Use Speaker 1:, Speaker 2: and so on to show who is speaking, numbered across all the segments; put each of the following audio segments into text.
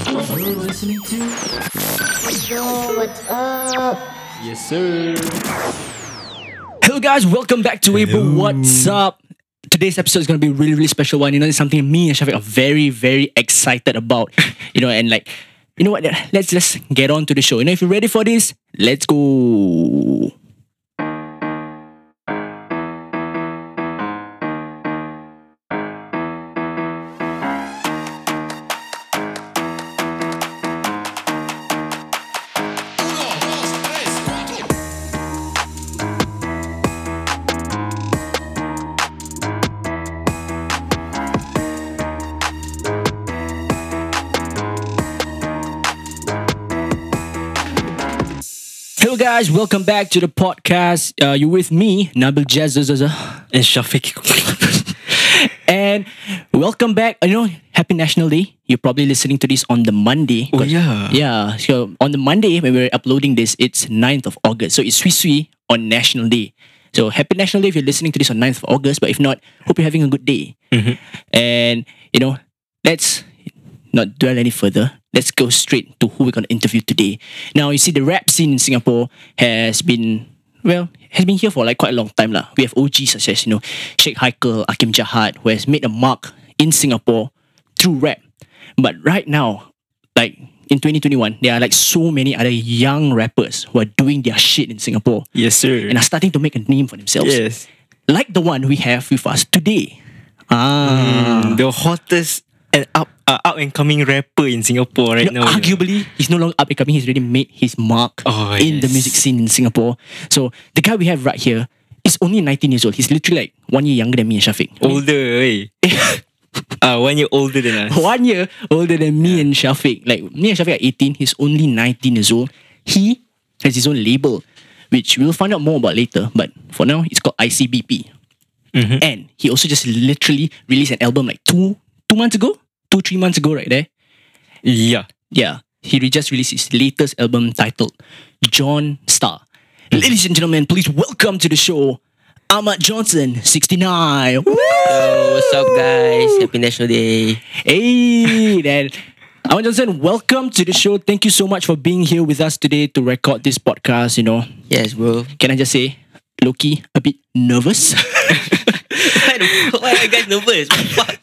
Speaker 1: You're listening to.
Speaker 2: Yo, what's up?
Speaker 1: Yes, sir.
Speaker 3: Hello, guys. Welcome back to Weibo. What's up? Today's episode is going to be a really, really special one. You know, it's something me and Shafiq are very, very excited about. You know, and like, you know what? Let's just get on to the show. You know, if you're ready for this, let's go. Hello, guys. Welcome back to the podcast. Uh, you're with me, Nabil Jazz Uh, and Shafiq. and welcome back. You know, happy National Day. You're probably listening to this on the Monday.
Speaker 1: Oh, yeah.
Speaker 3: Yeah. So on the Monday when we're uploading this, it's 9th of August. So it's Sui Sui on National Day. So happy National Day if you're listening to this on 9th of August. But if not, hope you're having a good day.
Speaker 1: Mm-hmm.
Speaker 3: And, you know, let's not dwell any further. Let's go straight to who we're going to interview today. Now, you see, the rap scene in Singapore has been, well, has been here for like quite a long time. lah. We have OGs such as, you know, Sheikh Haikal, Akim Jahat, who has made a mark in Singapore through rap. But right now, like in 2021, there are like so many other young rappers who are doing their shit in Singapore
Speaker 1: Yes, sir.
Speaker 3: and are starting to make a name for themselves.
Speaker 1: yes.
Speaker 3: Like the one we have with us today. Ah.
Speaker 1: Mm. The hottest and up uh, up and coming rapper in Singapore right
Speaker 3: You know,
Speaker 1: now. you know.
Speaker 3: arguably, he's no longer up and coming. He's already made his mark
Speaker 1: Oh,
Speaker 3: in the
Speaker 1: yes.
Speaker 3: music scene in Singapore. So the guy we have right here is only 19 years old. He's literally like one year younger than me and Shafiq.
Speaker 1: older, eh. uh, one year older than us.
Speaker 3: One year older than me and Shafiq. Like me and Shafiq are 18. He's only 19 years old. He has his own label, which we'll find out more about later. But for now, it's called ICBP.
Speaker 1: Mm-hmm.
Speaker 3: And he also just literally released an album like two two months ago, two three months ago, right there.
Speaker 1: Yeah.
Speaker 3: Yeah, he re- just released his latest album titled John Star. Ladies and gentlemen, please welcome to the show Ahmad Johnson, 69. Woo!
Speaker 4: Hello, what's up, guys? Happy National Day.
Speaker 3: Hey, then. Ahmad Johnson, welcome to the show. Thank you so much for being here with us today to record this podcast. You know,
Speaker 4: Yes, bro.
Speaker 3: can I just say, Loki, a bit nervous.
Speaker 4: Why the fuck- why are you guys nervous? What the fuck?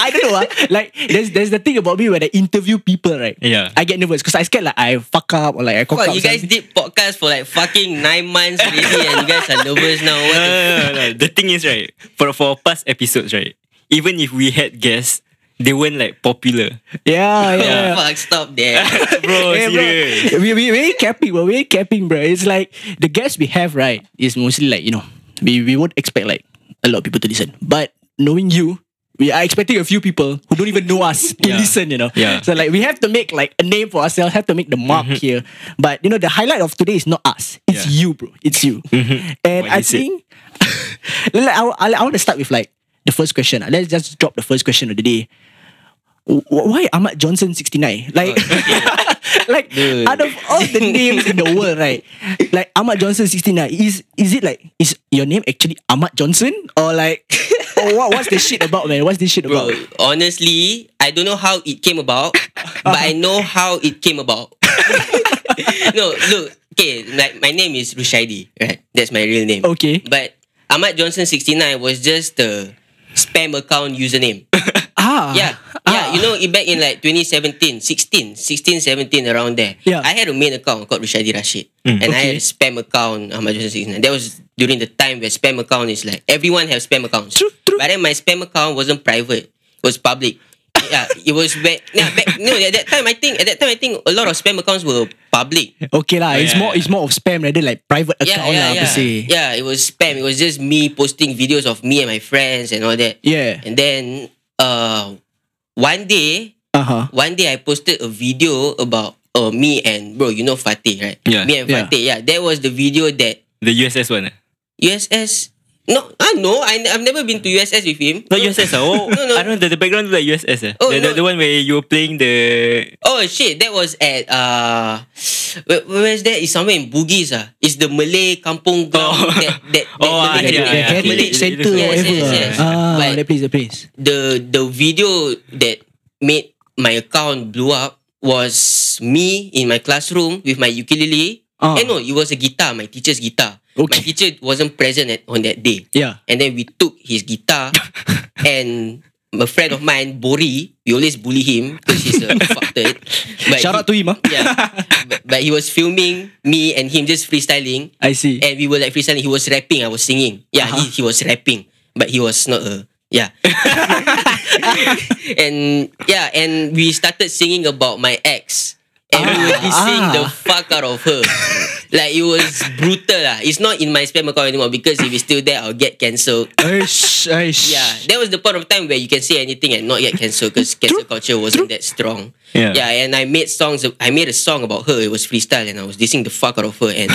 Speaker 3: I don't know. ah. Like, there's there's the thing about me when I interview people, right?
Speaker 1: Yeah.
Speaker 3: I get nervous because I scared like I fuck up or like I cock
Speaker 4: Fuck,
Speaker 3: up.
Speaker 4: you guys
Speaker 3: something.
Speaker 4: did podcast for like fucking nine months already and you guys are nervous now. What
Speaker 1: No, no,
Speaker 4: the
Speaker 1: no, no. The thing is, right, for for past episodes, right, even if we had guests, they weren't like popular.
Speaker 3: yeah, yeah.
Speaker 4: fuck?
Speaker 3: yeah.
Speaker 4: Fuck, stop there.
Speaker 1: Bro,
Speaker 3: Eh, bro,
Speaker 1: serious.
Speaker 3: we, we, we ain't capping, bro. We ain't capping, bro. It's like the guests we have, right, is mostly like, you know, we, we won't expect like a lot of people to listen. But knowing you, we are expecting a few people who don't even know us to
Speaker 1: Yeah.
Speaker 3: listen, you know.
Speaker 1: Yeah. Mm-hmm.
Speaker 3: So like we have to make like a name for ourselves, have to make the mark here. But you know, the highlight of today is not us. It's
Speaker 1: Yeah. Mm-hmm.
Speaker 3: you, bro. It's you. And
Speaker 1: What
Speaker 3: I
Speaker 1: you said.
Speaker 3: think like, I, I, I want to start with like the first question. Let's just drop the first question of the day. Wh- Why Ahmad Johnson 69? Like, like
Speaker 4: Oh, Dude.
Speaker 3: out of all the names in the world, right? Like Ahmad Johnson 69. Is is it like is your name actually Ahmad Johnson? Or like or what, what's the shit about, man? What's this shit about?
Speaker 4: Bro, honestly, I don't know how it came about, but I know how it came about. no, look, okay, like my name is Rushaidi, right? That's my real name.
Speaker 3: Okay.
Speaker 4: But Ahmad Johnson 69 was just the spam account username.
Speaker 3: Ah.
Speaker 4: Yeah, yeah. You know, it back in like 2017, 16, 16, 17, around there.
Speaker 3: Yeah. Mm.
Speaker 4: I had a main account called Rushadi Rashid. and I had a spam account, Ahmad Joseph Signal. That was during the time where spam account is like, everyone have spam accounts.
Speaker 3: True, true.
Speaker 4: But then my spam account wasn't private. It was public. yeah, it was when, yeah, back, no, at that time I think at that time I think a lot of spam accounts were public.
Speaker 3: Okay lah, it's
Speaker 1: yeah,
Speaker 3: more
Speaker 1: yeah.
Speaker 3: it's more of spam rather like private
Speaker 4: Yeah,
Speaker 3: account
Speaker 4: yeah,
Speaker 3: lah per
Speaker 4: yeah.
Speaker 3: se.
Speaker 4: yeah, it was spam. It was just me posting videos of me and my friends and all that.
Speaker 3: Yeah.
Speaker 4: And then uh one day
Speaker 3: Uh-huh.
Speaker 4: one day I posted a video about uh, me and bro, you know Fatih, right?
Speaker 1: Yeah,
Speaker 4: Me and
Speaker 3: yeah.
Speaker 4: Fatih, yeah. That was the video that
Speaker 1: The USS one. ah?
Speaker 4: USS. No, ah no, I I've never been to USS with him.
Speaker 1: Not USS. ah. Oh,
Speaker 4: No, no.
Speaker 1: I don't know. The, the background look like USS. ah.
Speaker 4: Oh,
Speaker 1: the, the,
Speaker 4: no.
Speaker 1: the one where you were playing the.
Speaker 4: Oh shit, that was at uh, where, where's that? It's somewhere in Bugis ah. It's the Malay kampung ground
Speaker 1: Oh.
Speaker 4: that that, that
Speaker 1: Oh, ah,
Speaker 4: Malay
Speaker 3: The
Speaker 1: yeah,
Speaker 4: headquarters.
Speaker 1: yeah, yeah.
Speaker 3: Catholic
Speaker 1: It- it-
Speaker 3: Center
Speaker 1: it-
Speaker 3: or
Speaker 4: yes,
Speaker 3: whatever.
Speaker 4: yes,
Speaker 3: lah.
Speaker 4: yes.
Speaker 3: Ah,
Speaker 4: But-
Speaker 3: that place, that place.
Speaker 4: the the video that made my account blew up was me in my classroom with my ukulele.
Speaker 3: Ah.
Speaker 4: And no, it was a guitar, my teacher's guitar.
Speaker 3: Okay.
Speaker 4: My teacher wasn't present at, on that day.
Speaker 3: Yeah.
Speaker 4: And then we took his guitar and a friend of mine, Bori, we always bully him because he's a fucktard. But
Speaker 3: Shout
Speaker 4: he-
Speaker 3: out to him, ah.
Speaker 4: Yeah. But, but he was filming me and him just freestyling.
Speaker 3: I see.
Speaker 4: And we were like freestyling. He was rapping, I was singing. Yeah, he, he was rapping. But he was not a... Yeah. and yeah, and we started singing about my ex. And we were dissing the fuck out of her. like it was brutal. lah. It's not in my spam account anymore because if it's still there, I'll get cancelled.
Speaker 3: Aish, aish.
Speaker 4: Yeah, that was the point of time where you can say anything and not get cancelled because cancel culture wasn't that strong.
Speaker 1: Yeah.
Speaker 4: and I made songs. I made a song about her. It was freestyle, and I was dissing the fuck out of her. And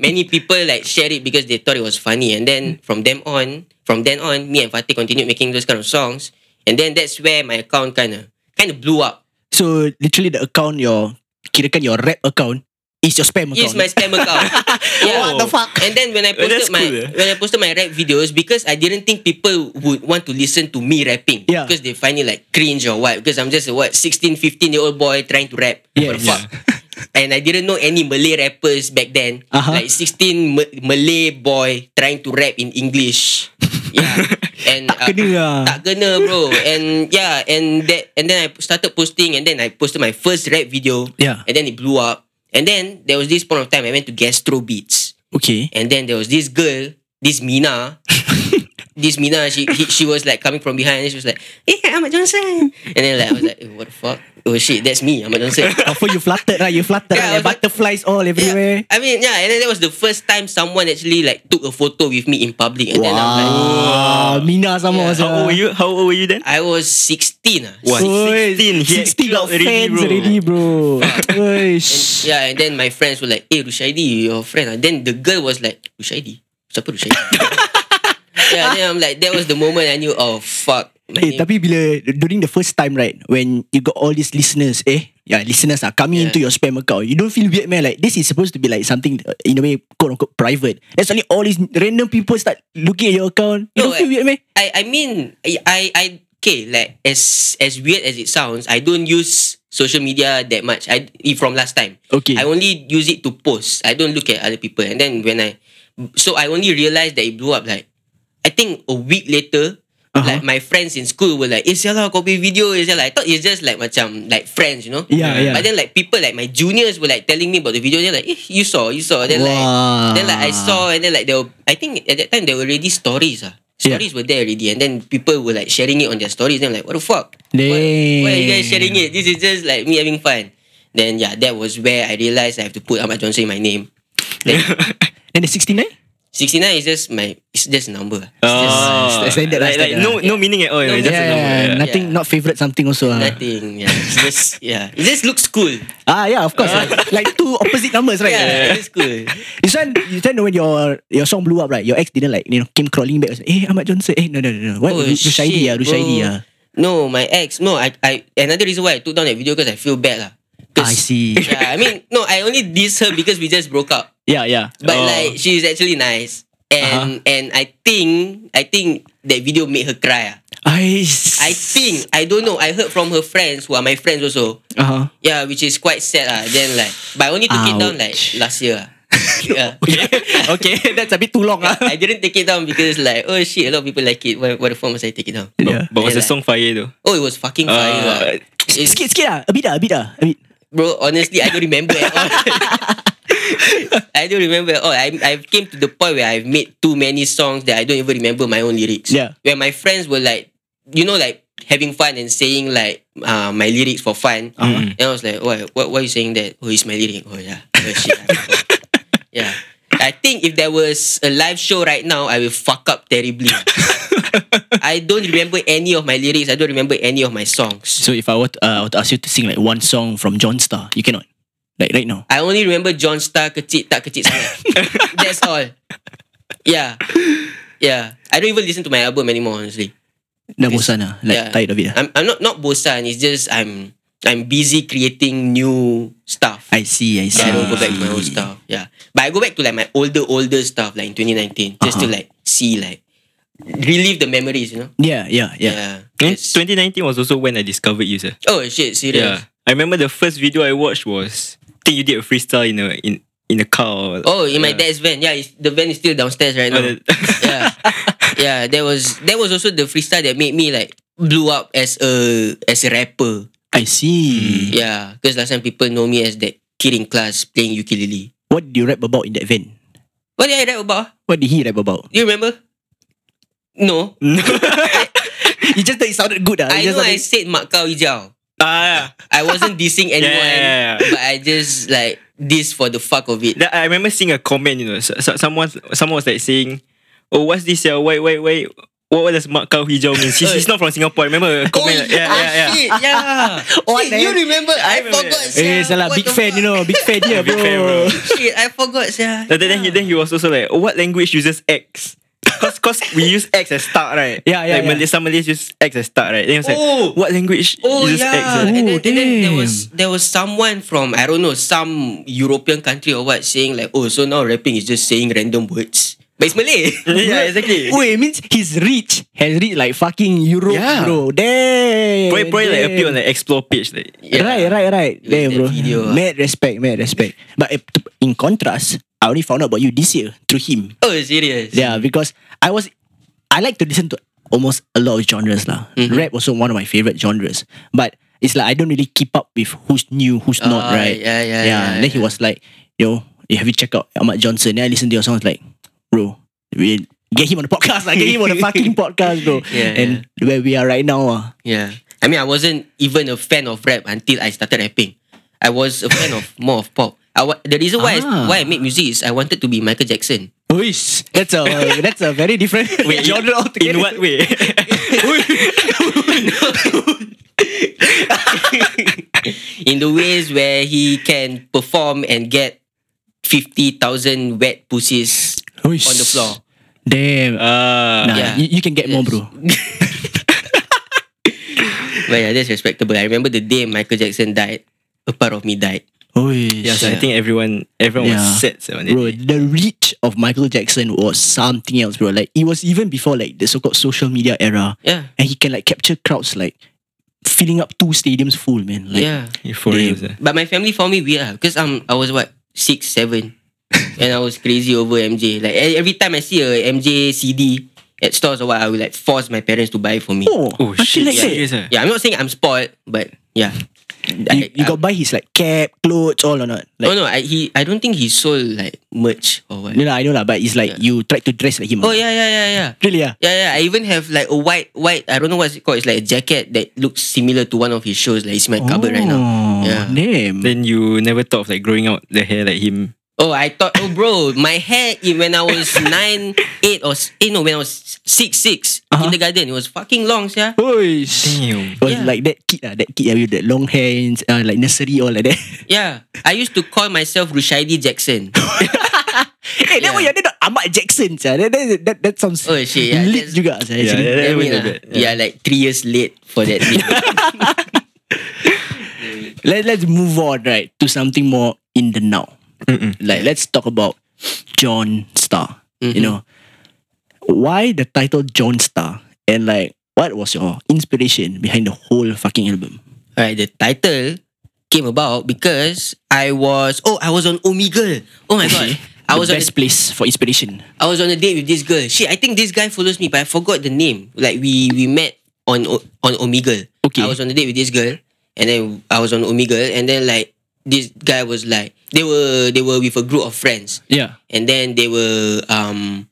Speaker 4: many people like shared it because they thought it was funny. And then from them on, from then on, me and Fatih continued making those kind of songs. And then that's where my account kind of kind of blew up.
Speaker 3: So literally the account your kirakan your rap account is your spam
Speaker 4: It's
Speaker 3: account. Oh.
Speaker 4: my spam account. yeah.
Speaker 1: What the
Speaker 3: fuck?
Speaker 4: And then when I
Speaker 1: Well,
Speaker 4: posted
Speaker 1: that's
Speaker 4: my
Speaker 1: cool, eh?
Speaker 4: when I posted my rap videos because I didn't think people would want to listen to me rapping
Speaker 3: Yeah.
Speaker 4: because they find it like cringe or what because I'm just a what 16 15 year old boy trying to rap. What the
Speaker 3: Yes.
Speaker 4: fuck? And I didn't know any Malay rappers back then.
Speaker 3: Uh-huh.
Speaker 4: Like 16 Ma- Malay boy trying to rap in English. Yeah. And uh,
Speaker 3: Tak kena lah.
Speaker 4: tak kena bro And yeah And that And then I started posting And then I posted my first rap video
Speaker 3: Yeah.
Speaker 4: And then it blew up And then There was this point of time I went to Gastro Beats
Speaker 3: Okay.
Speaker 4: And then there was this girl This Mina This Mina she, he, she was like Coming from behind And she was like Eh Ahmad Johnson And then like I was like eh, What the fuck Oh shit that's me Ahmad Johnson
Speaker 3: After you fluttered right, you fluttered
Speaker 4: Yeah,
Speaker 3: right,
Speaker 4: I was like-
Speaker 3: butterflies all everywhere.
Speaker 4: I mean, yeah, and then that was the first time someone actually like took a photo with me in public, and then I was like,
Speaker 3: Wow. Mina sama
Speaker 4: Yeah.
Speaker 3: yeah.
Speaker 1: How old were you? How old were you then?
Speaker 4: I was sixteen. ah.
Speaker 1: What? 16, he had
Speaker 3: 16 got
Speaker 1: clout already,
Speaker 3: fans
Speaker 1: bro.
Speaker 3: already, bro. Oish.
Speaker 4: Yeah, and then my friends were like, "Hey, Rushaidi, your friend." ah." Then the girl was like, "Rushaidi, siapa Rushaidi?" yeah, then I'm like, that was the moment I knew. Oh fuck. my
Speaker 3: Eh,
Speaker 4: name-
Speaker 3: tapi bila during the first time right when you got all these listeners eh yeah listeners are coming
Speaker 4: Yeah.
Speaker 3: into your spam account you don't feel weird man like this is supposed to be like something uh, in a way quote unquote private then suddenly all these random people start looking at your account you
Speaker 4: No,
Speaker 3: don't feel
Speaker 4: eh.
Speaker 3: weird man
Speaker 4: I I mean, I I, I okay, like as as weird as it sounds, I don't use social media that much. I eh, from last time.
Speaker 3: Okay.
Speaker 4: I only use it to post. I don't look at other people. And then when I, so I only realized that it blew up like, I think a week later.
Speaker 3: Uh-huh.
Speaker 4: Like my friends in school were like, "Eh, sialah, kau punya video is like." I thought it's just like macam like friends, you know?
Speaker 3: Yeah, yeah.
Speaker 4: But then like people like my juniors were like telling me about the video. They're like, "Eh, you saw, you saw." Then like,
Speaker 3: Wah.
Speaker 4: then like I saw, Oh, and then like there, were, I think at that time there were already stories ah.
Speaker 3: Yeah.
Speaker 4: Stories were there already, and then people were like sharing it on their stories. Then I'm like, what the fuck? Why, why are you guys sharing it? This is just like me having fun. Then yeah, that was where I realized I have to put Ahmad Johnson in my name. Then
Speaker 3: then the 69
Speaker 4: 69 is just my it's just a number.
Speaker 3: Uh.
Speaker 4: It's
Speaker 1: Oh,
Speaker 3: it's standard lah,
Speaker 1: like, like
Speaker 3: standard
Speaker 1: no no meaning at all.
Speaker 4: No
Speaker 3: yeah,
Speaker 1: it's just a number.
Speaker 3: yeah,
Speaker 1: yeah.
Speaker 3: nothing
Speaker 4: Yeah. Eh.
Speaker 3: not favorite something also
Speaker 4: just
Speaker 3: ah
Speaker 4: nothing. Yeah. It's just yeah. It just looks cool.
Speaker 3: ah yeah of course like, like two opposite numbers right
Speaker 4: Yeah, it's cool.
Speaker 3: This one, you then when your your song blew up, right? Your ex didn't like you know came crawling back. and said, Eh, Ahmad Johnson. Eh, no, no, no, no. What? Ru- Rushaidi
Speaker 4: Oh, shit,
Speaker 3: ah, Rushaidi
Speaker 4: bro.
Speaker 3: ah.
Speaker 4: No, my ex. No, I, I. Another reason why I took down that video because I feel bad lah. 'Cause-
Speaker 3: I see.
Speaker 4: yeah, I mean, no, I only diss her because we just broke up.
Speaker 3: Yeah, yeah.
Speaker 4: But
Speaker 1: Oh.
Speaker 4: like, she's actually nice, and and I think I think that video made her cry. ah.
Speaker 3: I
Speaker 4: I think I don't know. I heard from her friends who are my friends also.
Speaker 3: Uh huh.
Speaker 4: Yeah, which is quite sad ah. Then like, but I only took it down like
Speaker 3: Ouch.
Speaker 4: last year. ah. yeah.
Speaker 3: okay, that's a bit too long ah.
Speaker 4: I didn't take it down because like oh shit a lot of people like it. What, what the fuck must I take it down?
Speaker 3: Yeah.
Speaker 1: But was the
Speaker 4: Yeah,
Speaker 1: song fire though?
Speaker 4: Oh, it was fucking fire. lah.
Speaker 1: Uh,
Speaker 4: It's-
Speaker 3: Sikit, sikit ah. A bit ah, a bit ah, a bit.
Speaker 4: Bro, honestly, I don't remember at all. I don't remember at all. I I came to the point where I've made too many songs that I don't even remember my own lyrics.
Speaker 3: Yeah.
Speaker 4: Where my friends were like, you know, like having fun and saying like uh, my lyrics for fun. And I was like, why, why, why are you saying that? Oh, it's my lyric. Oh, yeah. Oh, shit. yeah. I think if there was a live show right now, I will fuck up terribly. I don't remember any of my lyrics. I don't remember any of my songs.
Speaker 3: So if I were to, uh, I were to ask you to sing like one song from John Star, you cannot. Like right now.
Speaker 4: I only remember John Star kecil tak kecil sangat. That's all. Yeah. Yeah. I don't even listen to my album anymore honestly.
Speaker 3: Dah bosan ah. Like
Speaker 4: yeah.
Speaker 3: tired of it ah.
Speaker 4: I'm, I'm not not bosan. It's just I'm I'm busy creating new stuff.
Speaker 3: I see, I see.
Speaker 4: I don't go back to my old stuff. Yeah. But I go back to like my older older stuff like in 2019 just to like see like relive the memories, you know.
Speaker 3: Yeah, yeah, yeah.
Speaker 4: Yeah.
Speaker 1: eh,
Speaker 4: It's-
Speaker 1: 2019 was also when I discovered you, sir.
Speaker 4: Oh shit, serious.
Speaker 1: Yeah. I remember the first video I watched was I think you did a freestyle in a in in a car. Or,
Speaker 4: Oh, in my
Speaker 1: Yeah.
Speaker 4: dad's van. Yeah, it's, the van is still downstairs right
Speaker 1: or the-
Speaker 4: now. yeah, yeah. There was there was also the freestyle that made me like blew up as a as a rapper.
Speaker 3: I see.
Speaker 4: Yeah, because last time people know me as that kid in class playing ukulele.
Speaker 3: What did you rap about in that van?
Speaker 4: What did I rap about?
Speaker 3: What did he rap about?
Speaker 4: Do you remember? No,
Speaker 3: You just thought it sounded good. Ah,
Speaker 4: I
Speaker 3: You just
Speaker 4: know I
Speaker 3: thought it-
Speaker 4: said Makau Hijau.
Speaker 1: ah,
Speaker 4: I wasn't dissing
Speaker 1: yeah,
Speaker 4: anyone,
Speaker 1: yeah, yeah, yeah.
Speaker 4: but I just like this for the fuck of it.
Speaker 1: That- I remember seeing a comment. You know, so, so- someone someone was like saying, "Oh, what's this? Yeah, wait, wait, wait. What, what does Mak Kau Hijau mean? He's, he's not from Singapore." I remember a comment. like, yeah,
Speaker 4: ah,
Speaker 1: yeah, yeah.
Speaker 4: Shit, yeah.
Speaker 3: What
Speaker 4: shit,
Speaker 3: the
Speaker 4: you
Speaker 3: heck?
Speaker 4: remember? I,
Speaker 1: remember,
Speaker 4: forgot.
Speaker 1: yeah.
Speaker 4: sia.
Speaker 3: Eh, salah.
Speaker 4: What
Speaker 3: Big
Speaker 4: the
Speaker 3: fan, you
Speaker 4: fuck?
Speaker 3: know. Big fan here,
Speaker 1: Big
Speaker 3: bro.
Speaker 1: fan, bro.
Speaker 4: Shit, I forgot. Yeah.
Speaker 1: Then, then, he, then he was also like, oh, what language uses X? Cause, cause we use X as start, right?
Speaker 3: Yeah, yeah,
Speaker 1: Like
Speaker 3: yeah.
Speaker 1: Malay, some Malays use X as start, right? Then he was like,
Speaker 4: Oh.
Speaker 1: what language
Speaker 4: Oh
Speaker 1: uses X?
Speaker 4: yeah,
Speaker 1: right?
Speaker 4: and then,
Speaker 3: Oh,
Speaker 4: and then there
Speaker 3: damn.
Speaker 4: was there was someone from I don't know some European country or what saying like oh so now rapping is just saying random words but it's Malay.
Speaker 1: yeah, exactly.
Speaker 3: Wait, it means he's rich. Has rich like fucking Europe,
Speaker 1: Yeah.
Speaker 3: bro. Damn.
Speaker 1: Probably, probably like
Speaker 3: Oh, damn.
Speaker 1: appear on the explore page, like.
Speaker 4: Yeah.
Speaker 3: Right, right, right.
Speaker 4: It was
Speaker 3: Damn,
Speaker 4: that
Speaker 3: bro.
Speaker 4: video, ah.
Speaker 3: Mad respect, mad respect. But eh, t- in contrast, I only found out about you this year through him.
Speaker 4: Oh serious?
Speaker 3: Yeah, because I was, I like to listen to almost a lot of genres lah. Rap also one of my favorite genres, but it's like I don't really keep up with who's new, who's not,
Speaker 4: Ah,
Speaker 3: right?
Speaker 4: yeah, yeah, yeah,
Speaker 3: and then he was like, "Yo, eh, have you checked out Ahmad Johnson?" Then I listened to your songs like, "Bro, we get him on the podcast, like get him on the fucking podcast, bro."
Speaker 4: Yeah,
Speaker 3: and where we are right now, ah.
Speaker 4: Yeah. I mean I wasn't even a fan of rap until I started rapping. I was a fan of more of pop. I wa- the reason why
Speaker 3: Ah.
Speaker 4: I, why I made music is I wanted to be Michael Jackson.
Speaker 3: Oish, that's a that's a very different
Speaker 1: Wait,
Speaker 3: genre altogether.
Speaker 1: in what way?
Speaker 4: in the ways where he can perform and get 50,000 wet pussies
Speaker 3: Oish.
Speaker 4: on the floor. Uh,
Speaker 3: Damn.
Speaker 1: Ah,
Speaker 3: nah,
Speaker 4: yeah.
Speaker 3: you, you can get more, bro.
Speaker 4: But yeah, that's respectable. I remember the day Michael Jackson died, a part of me died.
Speaker 3: Oish.
Speaker 1: yeah, so I think everyone everyone was set. So, on it.
Speaker 3: Bro, the reach of Michael Jackson was something else, bro. Like it was even before like the so-called social media era,
Speaker 4: Yeah.
Speaker 3: and he can like capture crowds like filling up two stadiums full, man. Like, eh?
Speaker 4: yeah.
Speaker 1: Euphoria was there.
Speaker 4: But my family found me weird because um, I was what, six, seven. and I was crazy over MJ. Like e- every time I see a MJ CD at stores or what, I will like force my parents to buy it for me.
Speaker 3: Oh,
Speaker 1: Oh,
Speaker 3: until
Speaker 1: shit,
Speaker 3: like that.
Speaker 1: serious, ah?
Speaker 4: Yeah, I'm not saying I'm spoiled, but yeah.
Speaker 3: You, you got buy his like cap, clothes, all or not? Like,
Speaker 4: Oh no, I he I don't think he sold like merch or what.
Speaker 3: no, no, I know lah, but it's like you tried to dress like him.
Speaker 4: Oh yeah, yeah, yeah, yeah.
Speaker 3: really? Yeah.
Speaker 4: Yeah, yeah. I even have like a white, white. I don't know what's it called. It's like a jacket that looks similar to one of his shows. Like it's in my cupboard right
Speaker 3: Oh.
Speaker 4: now. Yeah.
Speaker 3: Damn.
Speaker 1: Then you never thought of like growing out the hair like him.
Speaker 4: Oh, I thought, oh, bro, my hair i- when I was nine, eight, or s- eh, no, when I was six, six, kindergarten, it was fucking long, yeah.
Speaker 3: Oish.
Speaker 1: Damn.
Speaker 3: Was
Speaker 4: Yeah.
Speaker 3: like that kid ah, that kid ah, with that long hands, uh, like nursery all like that.
Speaker 4: Yeah, I used to call myself Rushaidi Jackson.
Speaker 3: Eh, that
Speaker 4: Yeah.
Speaker 3: one you're not Ahmad Jackson, sia. That, that, that, that sounds
Speaker 4: Oh, shit, yeah,
Speaker 3: lit
Speaker 4: that's-
Speaker 3: juga, sia,
Speaker 1: Yeah,
Speaker 3: actually.
Speaker 1: yeah,
Speaker 4: I
Speaker 1: that was
Speaker 4: mean,
Speaker 1: a
Speaker 4: ah,
Speaker 1: bit.
Speaker 4: yeah. like three years late for that. thing.
Speaker 3: Let, let's move on, right, to something more in the now. Like, let's talk about John Star. You know, why the title John Star? And like, what was your inspiration behind the whole fucking album?
Speaker 4: Alright, the title came about because I was oh I was on Omegle. Oh my god. I
Speaker 3: The
Speaker 4: was on
Speaker 3: best
Speaker 4: a,
Speaker 3: place for inspiration.
Speaker 4: I was on a date with this girl. Shit, I think this guy follows me, but I forgot the name. Like we we met on O- on Omegle.
Speaker 3: Okay.
Speaker 4: I was on a date with this girl, and then I was on Omegle, and then like this guy was like they were they were with a group of friends,
Speaker 3: Yeah.
Speaker 4: and then they were um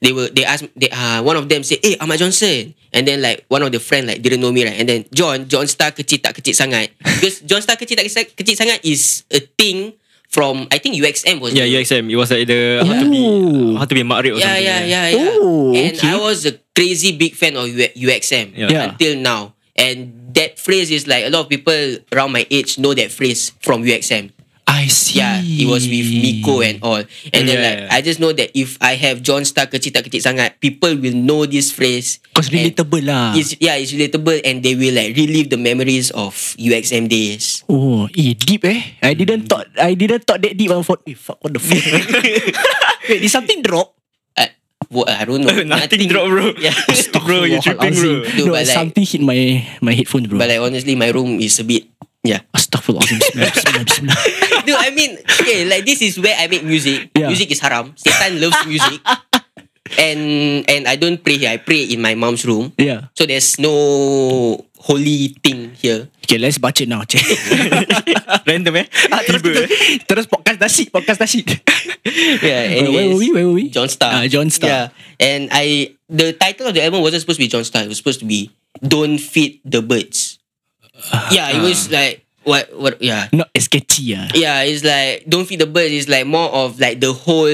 Speaker 4: they were they asked they uh one of them said hey Ahmad Johnson and then like one of the friend like didn't know me right and then John John Star kecil tak kecil sangat because John Star kecil tak kecil, kecil sangat is a thing from I think UXM was
Speaker 1: Yeah,
Speaker 4: the-
Speaker 1: UXM. It was like the how to be
Speaker 3: Ooh.
Speaker 1: how to be married or
Speaker 4: yeah
Speaker 1: something.
Speaker 4: yeah
Speaker 1: like that.
Speaker 4: yeah yeah
Speaker 3: Oh,
Speaker 4: and
Speaker 3: okay.
Speaker 4: I was a crazy big fan of U- UXM
Speaker 1: Yeah.
Speaker 3: Yeah.
Speaker 4: until now and that phrase is like a lot of people around my age know that phrase from UXM
Speaker 3: I see.
Speaker 4: Yeah, it was with Miko and all. And then
Speaker 1: Yeah,
Speaker 4: like
Speaker 1: yeah.
Speaker 4: I just know that if I have John Star kecil tak kecil sangat, people will know this phrase.
Speaker 3: Because
Speaker 4: And
Speaker 3: relatable lah.
Speaker 4: It's yeah, it's relatable and they will like relive the memories of UXM days.
Speaker 3: Oh, eh, deep eh. I didn't thought I didn't thought that deep. I thought, eh, fuck, what the fuck? Wait, did something drop?
Speaker 4: I, wo- I don't know.
Speaker 1: Nothing drop, bro.
Speaker 4: Yeah.
Speaker 1: bro, you tripping, bro.
Speaker 3: No,
Speaker 4: No, but like-
Speaker 3: something hit my my headphones, bro.
Speaker 4: But like honestly, my room is a bit Yeah.
Speaker 3: Astaghfirullah. Bismillah, bismillah, bismillah.
Speaker 4: Dude, I mean, okay, like this is where I make music.
Speaker 3: Yeah.
Speaker 4: Music is haram. Satan loves music. And and I don't pray here. I pray in my mom's room.
Speaker 3: Yeah.
Speaker 4: So there's no holy thing here.
Speaker 3: Okay, let's baca now, cik. Random eh. Ah, terus,
Speaker 1: Tiba,
Speaker 3: kita, terus podcast nasi, podcast nasi.
Speaker 4: Yeah.
Speaker 3: Where, where
Speaker 4: anyways.
Speaker 3: were we? Where were we?
Speaker 4: John Star.
Speaker 3: Ah, John Star.
Speaker 4: Yeah. And I the title of the album wasn't supposed to be John Star. It was supposed to be Don't Feed the Birds. yeah, it was like what what yeah.
Speaker 3: Not as catchy ah.
Speaker 4: Yeah, it's like Don't Feed the Birds is like more of like the whole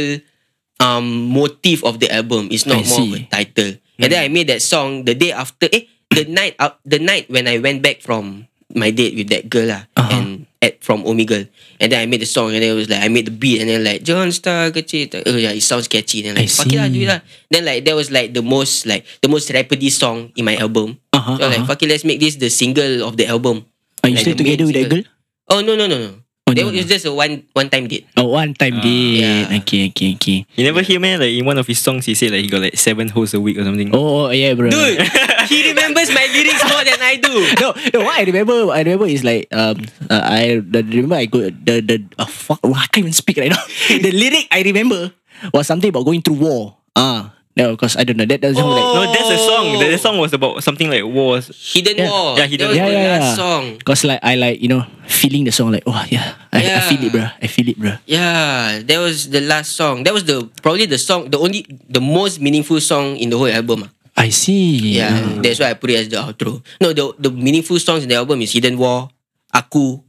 Speaker 4: um motif of the album. It's
Speaker 3: I
Speaker 4: not more of a
Speaker 3: see. Mm.
Speaker 4: title. And then I made that song the day after eh the night up the night when I went back from my date with that girl lah
Speaker 3: Uh-huh.
Speaker 4: and at from Omegle. And then I made the song and then it was like I made the beat and then like John Star catchy. Oh yeah, it sounds catchy. Then like
Speaker 3: I
Speaker 4: fuck it lah, do
Speaker 3: see.
Speaker 4: it lah. Then like that was like the most like the most rapidy song in my album.
Speaker 3: Uh-huh,
Speaker 4: so I was like
Speaker 3: uh-huh.
Speaker 4: fuck it, let's make this the single of the album.
Speaker 3: Are you
Speaker 4: like
Speaker 3: still
Speaker 4: the main
Speaker 3: together with that girl?
Speaker 4: single. Oh no no no no.
Speaker 3: Oh,
Speaker 4: that
Speaker 3: no,
Speaker 4: was just a one one time date.
Speaker 3: Oh, one time date.
Speaker 4: Ah, yeah.
Speaker 3: Okay, okay, okay.
Speaker 1: You never hear man like in one of his songs he said like he got like seven hoes a week or something.
Speaker 3: Oh, oh, yeah, bro.
Speaker 4: Dude, he remembers my lyrics more than I do.
Speaker 3: No, no, what I remember, what I remember is like um, uh, I the, remember I go the the uh, fuck, wah, I can't even speak right now. the lyric I remember was something about going through war. Ah, no, because I don't know that doesn't
Speaker 4: Oh.
Speaker 3: sound like
Speaker 1: No, that's a song. The, the song was about something like wars.
Speaker 4: Hidden
Speaker 3: Yeah.
Speaker 4: War.
Speaker 1: Yeah, Hidden
Speaker 4: that was
Speaker 3: War.
Speaker 4: the
Speaker 3: Yeah, yeah,
Speaker 4: last
Speaker 3: yeah.
Speaker 4: song.
Speaker 3: because like I like you know feeling the song like oh yeah I, I feel it, bro. I feel it, bro.
Speaker 4: Yeah, that was the last song. That was the probably the song, the only, the most meaningful song in the whole album. ah.
Speaker 3: I see.
Speaker 4: Yeah, that's why I put it as the outro. No, the the meaningful songs in the album is Hidden War, Aku,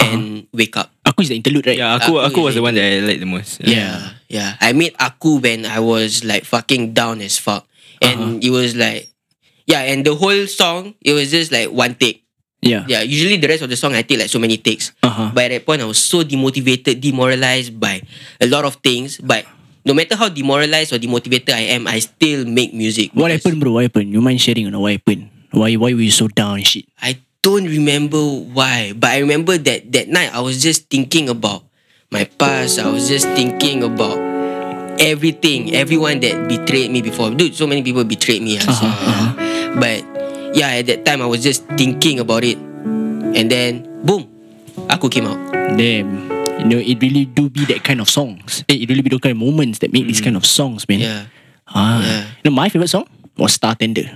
Speaker 3: Uh-huh.
Speaker 4: and Wake Up.
Speaker 3: Aku is the interlude, right?
Speaker 1: Yeah, aku
Speaker 4: Aku
Speaker 1: aku was
Speaker 4: is
Speaker 1: the one that I liked the most.
Speaker 4: Yeah, yeah. I made Aku when I was like fucking down as fuck,
Speaker 3: Uh-huh.
Speaker 4: and it was like, yeah, and the whole song it was just like one take.
Speaker 3: Yeah.
Speaker 4: Yeah, usually the rest of the song I take like so many takes.
Speaker 3: Uh-huh.
Speaker 4: By that point, I was so demotivated, demoralized by a lot of things. But no matter how demoralized or demotivated I am, I still make music.
Speaker 3: What
Speaker 4: because
Speaker 3: happened, bro? What happened? You mind sharing or not? What happened? Why why were you so down? and Shit.
Speaker 4: I don't remember why, but I remember that that night I was just thinking about my past. I was just thinking about everything, everyone that betrayed me before. Dude, so many people betrayed me. ah, so, But yeah, at that time I was just thinking about it, and then boom, aku came out.
Speaker 3: Damn. You know, it really do be that kind of songs. Eh, It really be those kind of moments that make these kind of songs, man.
Speaker 4: Yeah.
Speaker 3: Ah.
Speaker 4: Yeah.
Speaker 3: You know, my favorite song was Star Tender.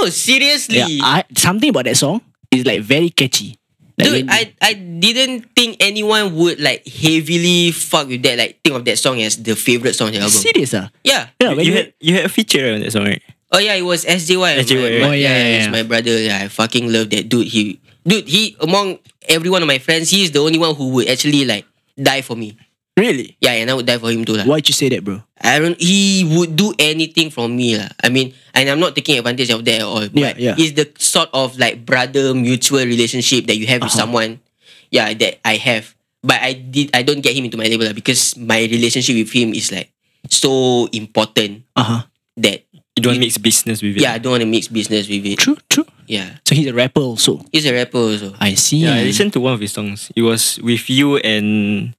Speaker 4: Oh seriously?
Speaker 3: Yeah, I, something about that song is like very catchy. Like
Speaker 4: Dude,
Speaker 3: when-
Speaker 4: I I didn't think anyone would like heavily fuck with that. Like think of that song as the favorite song on the album.
Speaker 3: serious ah.
Speaker 4: Yeah.
Speaker 3: Yeah, when
Speaker 1: You
Speaker 3: you-
Speaker 1: had you had a feature on that song, right?
Speaker 4: Oh yeah, it was SJY.
Speaker 1: SJY,
Speaker 4: My-
Speaker 1: right?
Speaker 3: Oh, yeah, yeah,
Speaker 4: It's
Speaker 3: yeah.
Speaker 4: my brother. Yeah, I fucking love that dude. He dude he among every one of my friends, he is the only one who would actually like die for me.
Speaker 3: really?
Speaker 4: Yeah, and I would die for him too. lah.
Speaker 3: Why'd you say that, bro?
Speaker 4: I don't. He would do anything from me, lah. I mean, and I'm not taking advantage of that at all. But
Speaker 3: Yeah, yeah.
Speaker 4: It's the sort of like brother mutual relationship that you have with someone. Yeah, that I have. But I did. I don't get him into my label lah, because my relationship with him is like so important
Speaker 3: Uh huh.
Speaker 4: that
Speaker 1: You don't mix business with it.
Speaker 4: yeah, I don't want to mix business with it.
Speaker 3: True, true.
Speaker 4: Yeah,
Speaker 3: So he's a rapper also.
Speaker 4: he's a rapper also.
Speaker 3: I see.
Speaker 1: Yeah, I listened to one of his songs. It was with you and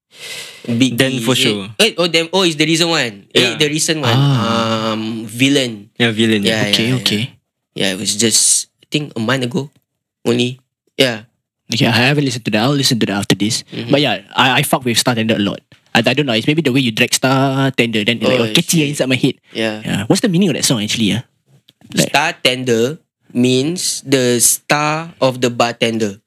Speaker 4: Big
Speaker 1: Then
Speaker 4: D,
Speaker 1: for
Speaker 4: is it?
Speaker 1: sure.
Speaker 4: Eh, oh, them. Oh, it's the recent one.
Speaker 1: Yeah.
Speaker 4: Eh, the recent one.
Speaker 3: Ah.
Speaker 4: Um, villain.
Speaker 1: yeah, villain.
Speaker 4: Yeah,
Speaker 3: okay,
Speaker 4: yeah,
Speaker 3: okay.
Speaker 4: Yeah, it was just I think a month ago, only. Yeah.
Speaker 3: Okay, I haven't listened to that. I'll listen to that after this.
Speaker 4: Mm-hmm.
Speaker 3: But yeah, I, I fuck with Star Tender a lot. I, I don't know. It's maybe the way you drag Star Tender, then like
Speaker 4: Oh,
Speaker 3: oh,
Speaker 4: I
Speaker 3: catchy
Speaker 4: see.
Speaker 3: inside my head.
Speaker 4: Yeah.
Speaker 3: Yeah. What's the meaning of that song actually? Yeah. Like-
Speaker 4: Star tender means the star of the bartender.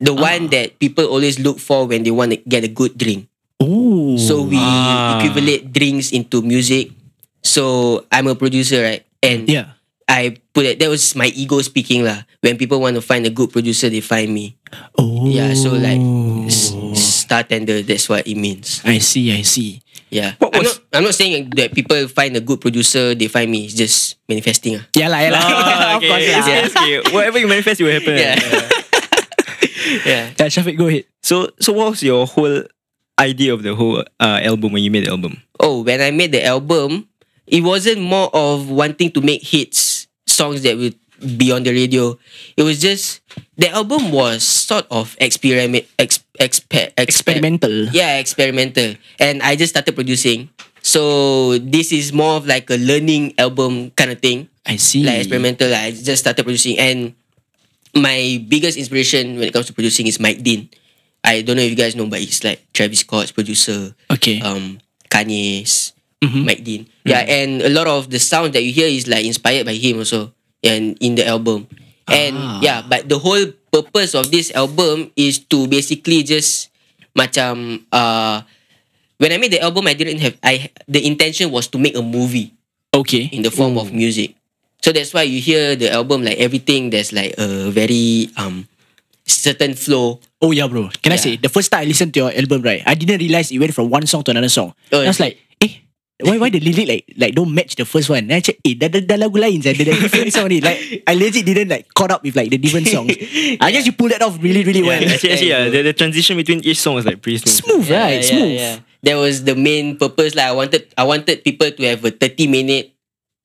Speaker 4: The
Speaker 1: Ah.
Speaker 4: one that people always look for when they want to get a good drink.
Speaker 3: Oh.
Speaker 4: So we
Speaker 1: Ah.
Speaker 4: equivalent drinks into music. So I'm a producer, right? And
Speaker 3: yeah.
Speaker 4: I put it, that was my ego speaking lah. When people want to find a good producer, they find me.
Speaker 3: Oh.
Speaker 4: Yeah, so like s- star tender, that's what it means.
Speaker 3: I see. I see.
Speaker 4: Yeah.
Speaker 1: What
Speaker 4: I'm,
Speaker 1: was-
Speaker 4: not, I'm not saying that people find a good producer, they find me. It's just manifesting. Ah.
Speaker 3: Yeah lah. Yeah lah.
Speaker 1: Ah,
Speaker 3: of course
Speaker 1: okay.
Speaker 3: lah.
Speaker 1: It's- it's okay. Whatever you manifest, it will happen.
Speaker 4: Yeah. yeah.
Speaker 3: Yeah, Shafiq, go ahead.
Speaker 1: So, so what was your whole idea of the whole uh, album when you made the album?
Speaker 4: Oh, when I made the album, it wasn't more of wanting to make hits, songs that would be on the radio. It was just the album was sort of experiment, ex, exper, exper,
Speaker 3: Experimental.
Speaker 4: yeah experimental and i just started producing so this is more of like a learning album kind of thing
Speaker 3: I see.
Speaker 4: like experimental i just started producing and my biggest inspiration when it comes to producing is Mike Dean. I don't know if you guys know, but he's like Travis Scott's producer.
Speaker 3: Okay.
Speaker 4: Um, Kanye's, Mike Dean. Yeah, and a lot of the sound that you hear is like inspired by him also, and in the album. And yeah, but the whole purpose of this album is to basically just macam uh, when I made the album, I didn't have I the intention was to make a movie
Speaker 3: Okay.
Speaker 4: in the form of music. So that's why you hear the album like everything. There's like a very um certain flow.
Speaker 3: Oh yeah, bro. Can I
Speaker 4: Yeah.
Speaker 3: say the first time I listened to your album, right? I didn't realize it went from one song to another song.
Speaker 4: Oh,
Speaker 3: I was
Speaker 4: yeah.
Speaker 3: like, eh, why why the lyric like like don't match the first one? Then I check, eh, dah dah, dah lagu lain saya, dah dah different song ni. Like I legit didn't like caught up with like the different songs. I guess you pulled that off really really well.
Speaker 1: actually, actually, yeah, the, the transition between each song is like pretty
Speaker 3: Smooth,
Speaker 1: smooth.
Speaker 3: right?
Speaker 4: Yeah, yeah,
Speaker 3: Smooth.
Speaker 4: yeah. That was the main purpose. Like I wanted, I wanted people to have a thirty minute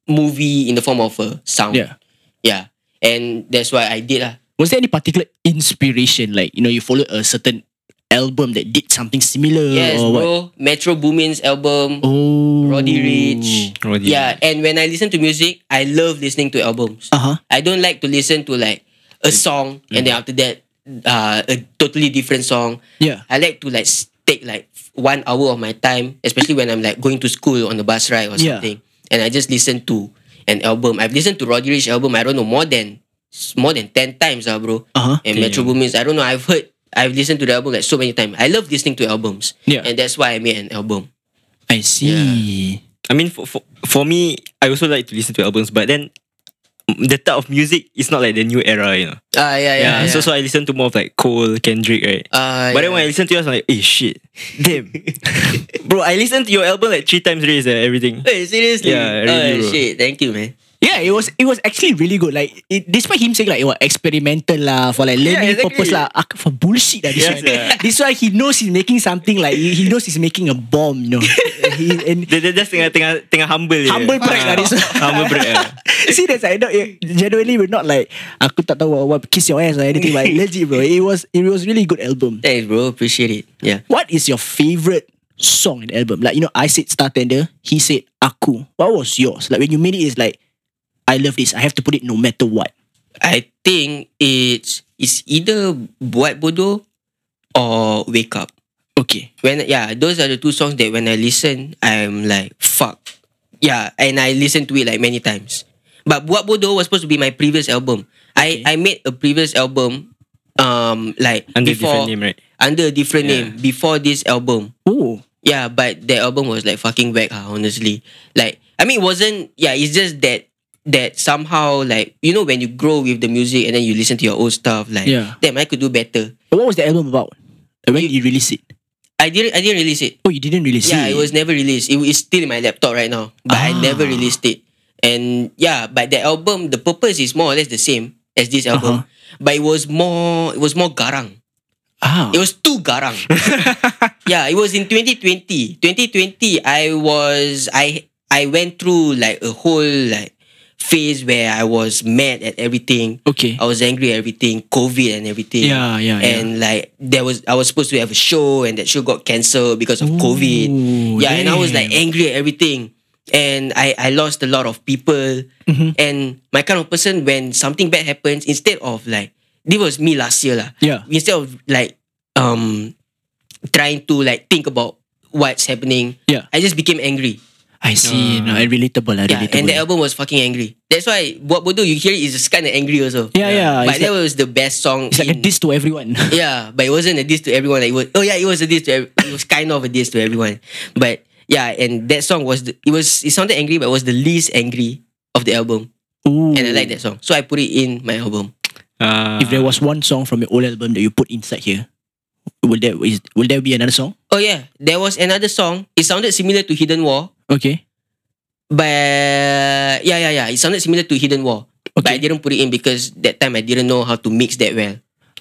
Speaker 4: movie in the form of a sound.
Speaker 3: Yeah.
Speaker 4: yeah. And that's why I did lah.
Speaker 3: Was there any particular inspiration? Like you know, you followed a certain album that did something similar or
Speaker 4: Yes,
Speaker 3: Oh, what?
Speaker 4: bro. Metro Boomin's album,
Speaker 3: Oh,
Speaker 4: Roddy Rich.
Speaker 1: Roddy
Speaker 4: Yeah, and when I listen to music, I love listening to albums.
Speaker 3: Uh huh.
Speaker 4: I don't like to listen to like a song
Speaker 3: Mm.
Speaker 4: and then after that, uh, a totally different song.
Speaker 3: Yeah.
Speaker 4: I like to like s- take like f- one hour of my time, especially when I'm like going to school on the bus ride or
Speaker 3: Yeah.
Speaker 4: something, and I just listen to an album. I've listened to Roddy Rich album. I don't know more than s- more than ten times, ah, bro.
Speaker 3: Uh-huh.
Speaker 4: And Metro Boomin's. I don't know. I've heard. I've listened to the album like so many times. I love listening to albums.
Speaker 3: Yeah.
Speaker 4: And that's why I made an album.
Speaker 3: I see.
Speaker 1: I mean, for, for, for me, I also like to listen to albums, but then the type of music is not like the new era, you know.
Speaker 4: Ah, yeah, yeah.
Speaker 1: Yeah,
Speaker 4: yeah.
Speaker 1: So, so I listen to more of like Cole, Kendrick, right?
Speaker 3: Oh,
Speaker 4: Ah,
Speaker 1: but then when
Speaker 4: yeah.
Speaker 1: I listen to yours, I'm like, eh, shit. Damn. Bro, I listened to your album like three times raised, eh, everything.
Speaker 4: Hey, seriously?
Speaker 1: Yeah, really,
Speaker 4: oh,
Speaker 1: bro.
Speaker 4: shit. Thank you, man.
Speaker 3: Yeah, it was it was actually really good. Like it, despite him saying like it was experimental lah for like learning
Speaker 1: exactly.
Speaker 3: purpose lah. Ak- for bullshit lah this
Speaker 1: Yeah,
Speaker 3: one.
Speaker 1: yeah.
Speaker 3: This one he knows he's making something like he, he knows he's making a bomb, you know. he, and
Speaker 1: Dia, dia just tengah, tengah, tengah humble je. Ah.
Speaker 3: Humble brag lah, this one.
Speaker 1: Humble brag lah.
Speaker 3: See that's I not genuinely we're not like aku tak tahu what, what kiss your ass or anything like legit bro. It was it was really good album.
Speaker 4: Thanks, bro. Appreciate it. Yeah.
Speaker 3: What is your favorite song in the album? Like you know I said Star Tender, he said Aku. What was yours? Like when you made it is like I love this. I have to put it no matter what.
Speaker 4: I think it's it's either Buat Bodoh or Wake Up.
Speaker 3: Okay.
Speaker 4: When yeah, those are the two songs that when I listen, I'm like fuck. Yeah, and I listened to it like many times. But Buat Bodoh was supposed to be my previous album. I I made a previous album um like
Speaker 1: Under
Speaker 4: before
Speaker 1: different name, right?
Speaker 4: under a different name before this album.
Speaker 3: Oh.
Speaker 4: Yeah, but the album was like fucking whack, ah, honestly. Like, I mean, it wasn't, yeah, it's just that, that somehow, like, you know, when you grow with the music and then you listen to your old stuff, like,
Speaker 3: Yeah.
Speaker 4: damn, I could do better.
Speaker 3: What was the album about? When did you release it?
Speaker 4: I didn't, I didn't release it.
Speaker 3: Oh, you didn't release
Speaker 4: Yeah,
Speaker 3: it?
Speaker 4: it was never released. It is still in my laptop right now, but I never
Speaker 3: Ah.
Speaker 4: released it. And yeah, but the album, the purpose is more or less the same as this
Speaker 3: Uh-huh.
Speaker 4: album, but it was more, it was more garang.
Speaker 3: Ah.
Speaker 4: It was too garang. yeah, it was in 2020. 2020, I was I I went through like a whole like phase where I was mad at everything.
Speaker 3: okay.
Speaker 4: I was angry at everything, COVID and everything.
Speaker 3: Yeah, yeah, yeah.
Speaker 4: And like there was I was supposed to have a show and that show got cancelled because of COVID. Yeah, and I was like angry at everything. And I, I lost a lot of people.
Speaker 3: Mm-hmm.
Speaker 4: And my kind of person when something bad happens, instead of like this was me last year lah.
Speaker 3: Yeah.
Speaker 4: Instead of like um trying to like think about what's happening,
Speaker 3: Yeah.
Speaker 4: I just became angry.
Speaker 3: I see. no, I relatable. I
Speaker 4: Yeah,
Speaker 3: relatable.
Speaker 4: and the album was fucking angry. That's why what Bodo you hear it is kind of angry also.
Speaker 3: Yeah, yeah,
Speaker 4: But
Speaker 3: it's
Speaker 4: that was the best song.
Speaker 3: it's like a
Speaker 4: in-
Speaker 3: diss to everyone.
Speaker 4: yeah, but it wasn't a diss to everyone. Like, it was, oh yeah, it was a diss to. Every, it was kind of a diss to everyone. But yeah, and that song was the, it was it sounded angry, but it was the least angry of the album,
Speaker 3: Ooh.
Speaker 4: and I like that song, so I put it in my album.
Speaker 1: Uh,
Speaker 3: If there was one song from your old album that you put inside here, will there is will there be another song?
Speaker 4: Oh yeah, there was another song. It sounded similar to Hidden War,
Speaker 3: Okay.
Speaker 4: but yeah, yeah, yeah, it sounded similar to Hidden War. But I didn't put it in because that time I didn't know how to mix that well,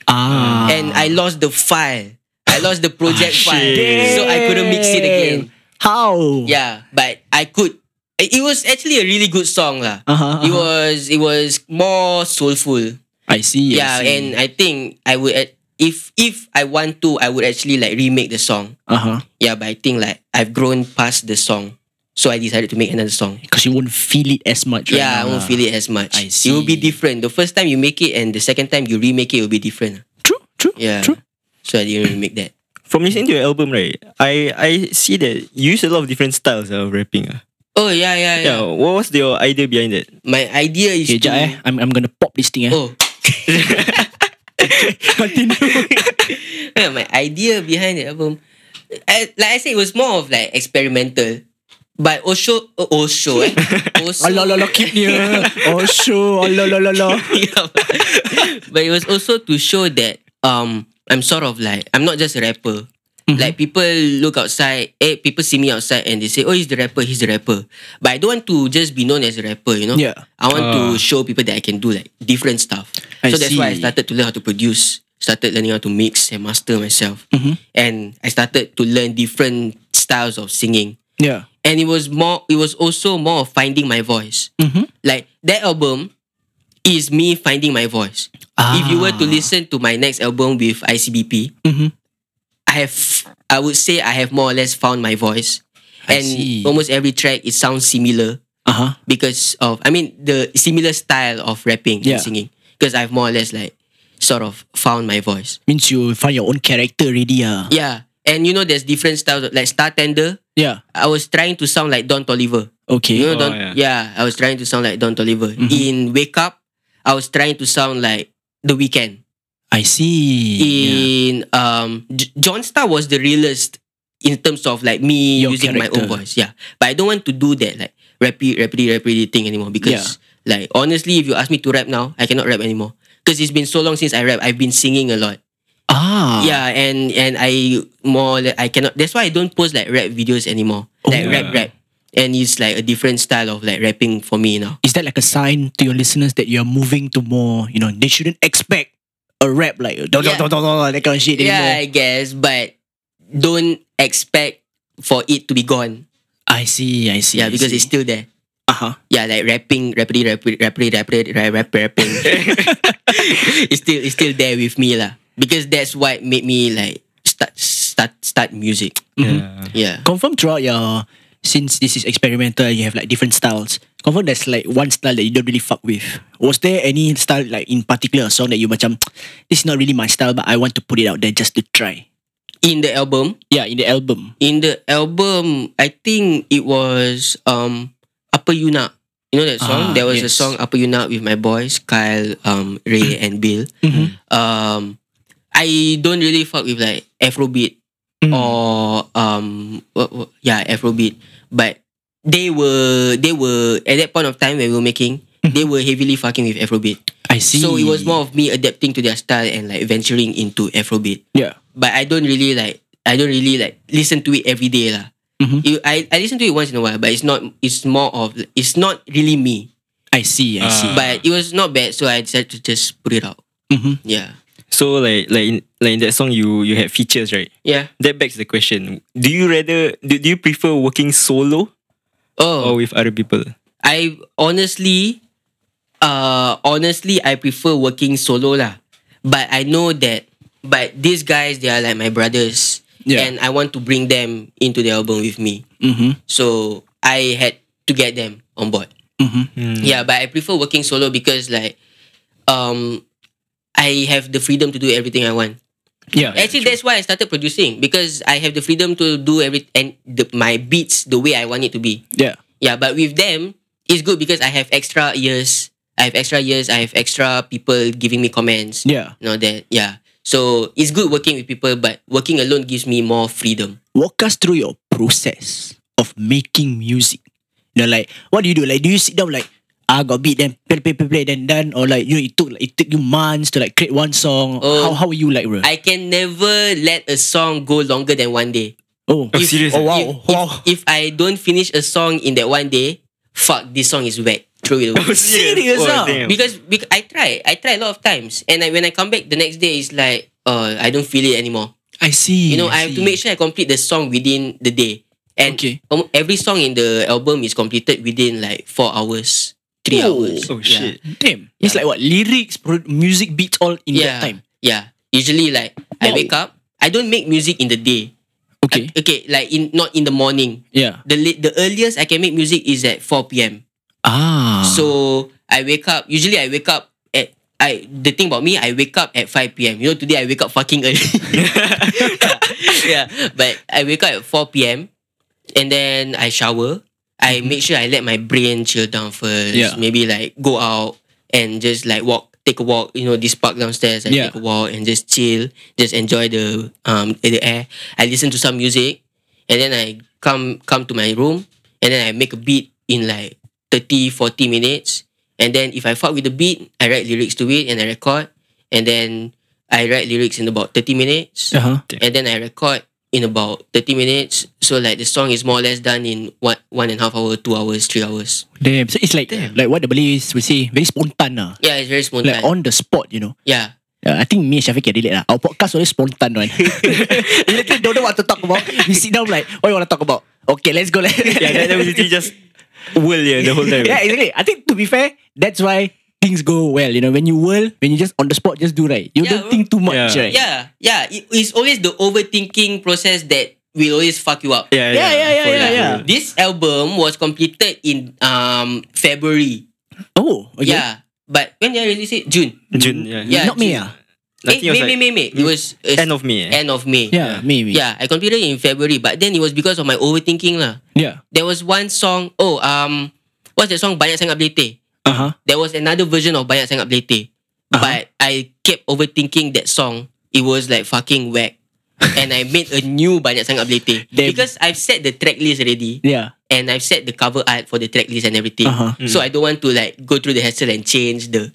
Speaker 3: Ah.
Speaker 4: and I lost the file. I lost the project
Speaker 1: Ah,
Speaker 4: file,
Speaker 1: shit.
Speaker 4: so I couldn't mix it again.
Speaker 3: How?
Speaker 4: Yeah, but I could. It it was actually a really good song lah.
Speaker 3: Uh-huh,
Speaker 4: It
Speaker 3: uh-huh.
Speaker 4: was it was more soulful.
Speaker 3: I see. I
Speaker 4: yeah,
Speaker 3: see.
Speaker 4: and I think I would act- if if I want to, I would actually like remake the song.
Speaker 3: uh huh.
Speaker 4: Yeah, but I think like I've grown past the song. So I decided to make another song.
Speaker 3: Because you won't feel it as much. right
Speaker 4: yeah, I
Speaker 3: now
Speaker 4: won't
Speaker 3: lah.
Speaker 4: feel it as much.
Speaker 3: I
Speaker 4: It will be
Speaker 3: see.
Speaker 4: different. The first time you make it and the second time you remake it, it will be different.
Speaker 3: True, true,
Speaker 4: Yeah.
Speaker 3: true.
Speaker 4: So I didn't remake that.
Speaker 1: From listening to your album, right? I I see that you use a lot of different styles of rapping. ah.
Speaker 4: Oh yeah, yeah,
Speaker 1: Yeah.
Speaker 4: yeah.
Speaker 1: What was your idea behind that?
Speaker 4: My idea is
Speaker 3: Okay,
Speaker 4: to,
Speaker 3: jap eh. I'm, I'm gonna pop this thing eh.
Speaker 4: oh
Speaker 3: Continue.
Speaker 4: yeah, my idea behind the album. I, like I said, it was more of like experimental, but also also eh, also.
Speaker 3: Allah Allah cute-nya. Oh, sure. Allah Allah Allah.
Speaker 4: Yeah. but it was also to show that um I'm sort of like I'm not just a rapper.
Speaker 3: Mm-hmm.
Speaker 4: Like people look outside, eh, people see me outside and they say, Oh, he's the rapper, he's the rapper. But I don't want to just be known as a rapper, you know?
Speaker 3: Yeah.
Speaker 4: I want to show people that I can do like different stuff.
Speaker 3: I
Speaker 4: so that's why I
Speaker 3: see.
Speaker 4: started to learn how to produce, started learning how to mix and master myself.
Speaker 3: Mm-hmm.
Speaker 4: And I started to learn different styles of singing
Speaker 3: Yeah.
Speaker 4: and it was more it was also more of finding my voice like that album is me finding my voice if you were
Speaker 3: Ah.
Speaker 4: to listen to my next album with icbp i have i would say i have more or less found my voice
Speaker 3: I
Speaker 4: and
Speaker 3: see.
Speaker 4: almost every track it sounds similar
Speaker 3: Uh-huh.
Speaker 4: because of i mean the similar style of rapping
Speaker 3: Yeah.
Speaker 4: and singing because i've more or less like sort of found my voice
Speaker 3: Means you find your own character already ah.
Speaker 4: yeah and you know there's different styles of- like star tender
Speaker 3: Yeah.
Speaker 4: i was trying to sound like don toliver
Speaker 3: Okay.
Speaker 4: You know,
Speaker 1: Oh,
Speaker 4: Don,
Speaker 1: yeah.
Speaker 4: yeah. I was trying to sound like Don Toliver.
Speaker 3: Mm-hmm.
Speaker 4: In Wake Up, I was trying to sound like The Weeknd.
Speaker 3: I see.
Speaker 4: In um, J- John Star was the realest in terms of like me
Speaker 3: Your
Speaker 4: using my own
Speaker 3: character.
Speaker 4: voice. Yeah, but I don't want to do that like rapid, rapidly, rapidly thing anymore because like honestly, if you ask me to rap now, I cannot rap anymore because it's been so long since I rap. I've been singing a lot.
Speaker 3: Ah.
Speaker 4: Yeah, and and I more like I cannot. That's why I don't post like rap videos anymore. Like
Speaker 1: Oh.
Speaker 4: rap, rap, and it's like a different style of like rapping for me now.
Speaker 3: Is that like a sign to your listeners that you're moving to more, you know, they shouldn't expect a rap like dot, dot,
Speaker 4: Yeah.
Speaker 3: dot, dot, dot, that kind of shit
Speaker 4: Yeah,
Speaker 3: anymore?
Speaker 4: I guess, but don't expect for it to be gone.
Speaker 3: I see, I see.
Speaker 4: Yeah, because it's still there.
Speaker 3: uh-huh.
Speaker 4: Yeah, like rapping, rapidly, rapidly, rapidly, rapidly, rap, rap, rapping. it's still it's still there with me lah. Because that's what made me like start start start music.
Speaker 1: Yeah.
Speaker 4: Yeah.
Speaker 3: confirm throughout your since this is experimental you have like different styles confirm there's like one style that you don't really fuck with was there any style like in particular a song that you macam this is not really my style but I want to put it out there just to try
Speaker 4: In the album,
Speaker 3: yeah in the album
Speaker 4: in the album, I think it was um Upper Yuna. You know that
Speaker 3: Ah,
Speaker 4: song? there was a
Speaker 3: yes.
Speaker 4: song Upper Yuna with my boys Kyle, um, Ray, and Bill.
Speaker 3: Mm-hmm.
Speaker 4: Um, I don't really fuck with like Afrobeat
Speaker 3: Hmm. Oh,
Speaker 4: or um, what, what- yeah, Afrobeat. But they were they were at that point of time when we were making, they were heavily fucking with Afrobeat.
Speaker 3: I Hmm. see
Speaker 4: So it was more of me adapting to their style and like venturing into Afrobeat
Speaker 3: yeah
Speaker 4: but I don't really like I don't really like listen to it every day lah.
Speaker 3: Mhm.
Speaker 4: You- I, I listen to it once in a while, but it's not it's more of it's not really me.
Speaker 3: I see
Speaker 4: Ah.
Speaker 3: I see
Speaker 4: But it was not bad, so I decided to just put it out.
Speaker 3: Mhm.
Speaker 4: Yeah,
Speaker 1: So like like in, like in that song you you had features right?
Speaker 4: yeah.
Speaker 1: That begs the question: Do you rather do, do you prefer working solo or
Speaker 4: Oh,
Speaker 1: with other people?
Speaker 4: I honestly, uh, honestly, I prefer working solo lah. But I know that, but these guys they are like my brothers,
Speaker 3: Yeah.
Speaker 4: and I want to bring them into the album with me.
Speaker 3: Mhm.
Speaker 4: So I had to get them on board.
Speaker 3: Mhm.
Speaker 1: Hmm.
Speaker 4: Yeah, but I prefer working solo because like um I have the freedom to do everything I want.
Speaker 3: Oh, yeah
Speaker 4: Actually, that's why I started producing because I have the freedom to do every and the, my beats the way I want it to be.
Speaker 3: yeah
Speaker 4: Yeah, but with them, it's good because I have extra ears. I have extra ears. I have extra people giving me comments.
Speaker 3: yeah
Speaker 4: You know that. Yeah. So it's good working with people, but working alone gives me more freedom.
Speaker 3: walk us through your process of making music. You know, like what do you do? Like, do you sit down like ah got beat then play play play play then done or like you know it took like, it took you months to like create one song.
Speaker 4: Oh.
Speaker 3: how how are you like bro?
Speaker 4: I can never let a song go longer than one day.
Speaker 3: oh,
Speaker 1: Oh, serious?
Speaker 3: Oh wow!
Speaker 4: if, if-
Speaker 3: wow!
Speaker 4: if I don't finish a song in that one day, fuck, this song is wet. Throw it away.
Speaker 3: serious
Speaker 1: Oh,
Speaker 3: ah?
Speaker 1: damn.
Speaker 4: because, because I try, I try a lot of times, and I, when I come back the next day, it's like, uh, I don't feel it anymore.
Speaker 3: I see.
Speaker 4: You know, I have to
Speaker 3: see.
Speaker 4: make sure I complete the song within the day, and
Speaker 3: Okay.
Speaker 4: almo- every song in the album is completed within like four hours, three
Speaker 3: Oh.
Speaker 4: hours.
Speaker 1: Oh shit!
Speaker 4: Yeah.
Speaker 3: Damn. It's like what lyrics, pro- music, beats, all in that time.
Speaker 4: Yeah. Usually like I
Speaker 3: Wow.
Speaker 4: wake up, I don't make music in the day.
Speaker 3: Okay.
Speaker 4: okay, like in not in the morning.
Speaker 3: Yeah.
Speaker 4: The late, the earliest I can make music is at 4 p.m.
Speaker 3: Ah.
Speaker 4: So I wake up. Usually I wake up at I. The thing about me, I wake up at 5 p.m. You know, today I wake up fucking early. yeah, but I wake up at 4 p.m. and then I shower. I make sure I let my brain chill down first.
Speaker 3: Mm-hmm. Yeah.
Speaker 4: Maybe like go out and just like walk, take a walk. You know, this park downstairs. I
Speaker 3: Yeah.
Speaker 4: take a walk and just chill, just enjoy the um the air. I listen to some music, and then I come come to my room, and then I make a beat in like 30, 40 minutes. And then if I fuck with the beat, I write lyrics to it and I record. And then I write lyrics in about 30 minutes
Speaker 3: Uh-huh.
Speaker 4: and then I record in about 30 minutes. So like the song is more or less done in one one and a half hour, two hours, three hours.
Speaker 3: Damn. So it's like like what the Malays would say, very spontan lah.
Speaker 4: Yeah, it's very spontaneous.
Speaker 3: Like on the spot, you know.
Speaker 4: yeah.
Speaker 3: Yeah, Uh, I think me and Shafiq can relate lah. Our podcast always spontan one. we literally don't know what to talk about. We sit down like, what you want to talk about? Okay, let's go.
Speaker 1: yeah, that, that was literally just whirl yeah, the whole time.
Speaker 3: yeah, exactly. I think to be fair, that's why things go well. You know, when you whirl, when you just on the spot, just do right. You
Speaker 4: Yeah,
Speaker 3: don't think too much,
Speaker 1: Yeah.
Speaker 3: right?
Speaker 4: Yeah. Yeah. It- it's always the overthinking process that will always fuck you up.
Speaker 1: yeah,
Speaker 3: yeah, yeah, yeah, yeah, yeah.
Speaker 4: This album was completed in um February.
Speaker 3: Oh, okay. Mm.
Speaker 4: Yeah. But when did I release it? June.
Speaker 1: June, yeah.
Speaker 4: Yeah.
Speaker 3: Not me, ah.
Speaker 1: I
Speaker 4: Eh,
Speaker 1: think it was
Speaker 4: May, May,
Speaker 1: like
Speaker 4: May, May. It was uh,
Speaker 1: end of May. Eh?
Speaker 4: end of May.
Speaker 3: Yeah, maybe.
Speaker 4: Yeah, I completed it in February, but then it was because of my overthinking lah.
Speaker 3: Yeah.
Speaker 4: there was one song. Oh, um, what's that song? Banyak sangat belete.
Speaker 3: Uh huh.
Speaker 1: Uh-huh.
Speaker 4: There was another version of Banyak sangat belete,
Speaker 3: Uh-huh.
Speaker 4: but I kept overthinking that song. It was like fucking whack, and I made a new Banyak sangat belete
Speaker 3: Damn.
Speaker 4: because I've set the track list already.
Speaker 3: Yeah.
Speaker 4: And I've set the cover art for the track list and everything,
Speaker 3: Uh-huh.
Speaker 4: so I don't want to like go through the hassle and change the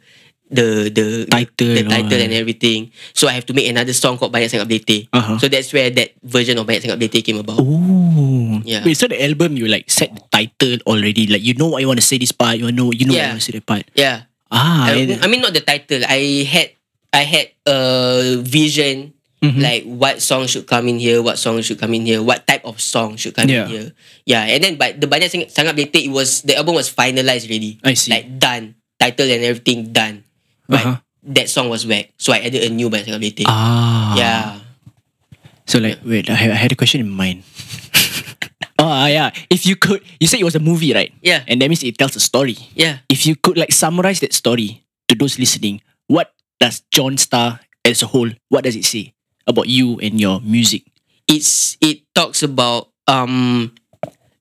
Speaker 4: the the
Speaker 3: Title
Speaker 4: the
Speaker 3: or-
Speaker 4: title and everything. So I have to make another song called Banyak Sangat Belete.
Speaker 3: Uh-huh. Oh.
Speaker 4: So that's where that version of Banyak Sangat Belete came about.
Speaker 3: Ooh.
Speaker 4: Yeah.
Speaker 3: Wait, so the album you like set the title already. Like you know what you want to say this part, you know you know
Speaker 4: Yeah.
Speaker 3: what you want to say that part.
Speaker 4: Yeah.
Speaker 3: Ah,
Speaker 4: I,
Speaker 3: and-
Speaker 4: I mean not the title. I had I had a vision
Speaker 3: Mm-hmm.
Speaker 4: like what song should come in here, what song should come in here, what type of song should come
Speaker 3: Yeah.
Speaker 4: in here. Yeah, and then but the banyak Sang- sangat belete it was the album was finalized already.
Speaker 3: I see.
Speaker 4: Like done, title and everything done. But
Speaker 3: Uh-huh.
Speaker 4: that song was whack, so I added a new banyak sangat belete.
Speaker 3: ah.
Speaker 4: Yeah.
Speaker 3: So like, wait, I, I had a question in mind. oh yeah, if you could, you said it was a movie, right?
Speaker 4: Yeah.
Speaker 3: And that means it tells a story.
Speaker 4: Yeah.
Speaker 3: If you could like summarize that story to those listening, what does John Star as a whole? What does it say about you and your music?
Speaker 4: It's it talks about um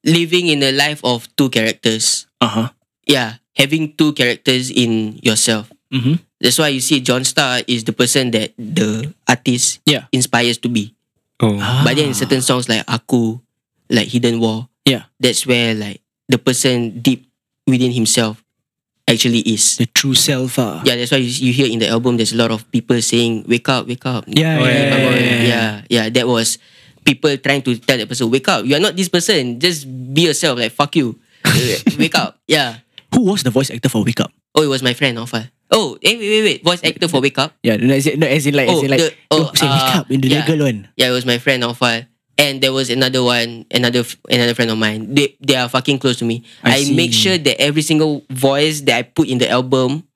Speaker 4: living in a life of two characters.
Speaker 3: Uh huh.
Speaker 4: Yeah. Having two characters in yourself.
Speaker 3: Mm-hmm.
Speaker 4: That's why you see John Star is the person that the artist
Speaker 3: Yeah. Ah.
Speaker 4: inspires to be.
Speaker 1: Oh.
Speaker 4: But then in certain songs like Aku, like Hidden War,
Speaker 3: Yeah.
Speaker 4: that's where like the person deep within himself actually is.
Speaker 3: the true self. Uh.
Speaker 4: Yeah, that's why you, you hear in the album there's a lot of people saying, Wake up, wake up.
Speaker 3: Yeah, yeah,
Speaker 1: Oh, yeah,
Speaker 3: yeah,
Speaker 1: yeah,
Speaker 3: yeah, yeah.
Speaker 4: yeah, yeah. That was people trying to tell that person, Wake up, you are not this person. Just be yourself, like fuck you. Uh, wake up. Yeah.
Speaker 3: Who was the voice actor for Wake Up?
Speaker 4: Oh, it was my friend, Offa. Oh, eh, wait, wait, wait. Voice actor for Wake Up.
Speaker 3: Yeah, no, as in, no, as in like, as
Speaker 4: Oh,
Speaker 3: in like,
Speaker 4: the- oh,
Speaker 3: don't say Wake
Speaker 4: uh,
Speaker 3: Up in the
Speaker 4: yeah.
Speaker 3: yeah. girl one.
Speaker 4: Yeah, it was my friend Alpha. And there was another one, another f- another friend of mine. They they are fucking close to me.
Speaker 3: I
Speaker 4: I,
Speaker 3: see.
Speaker 4: make sure that every single voice that I put in the album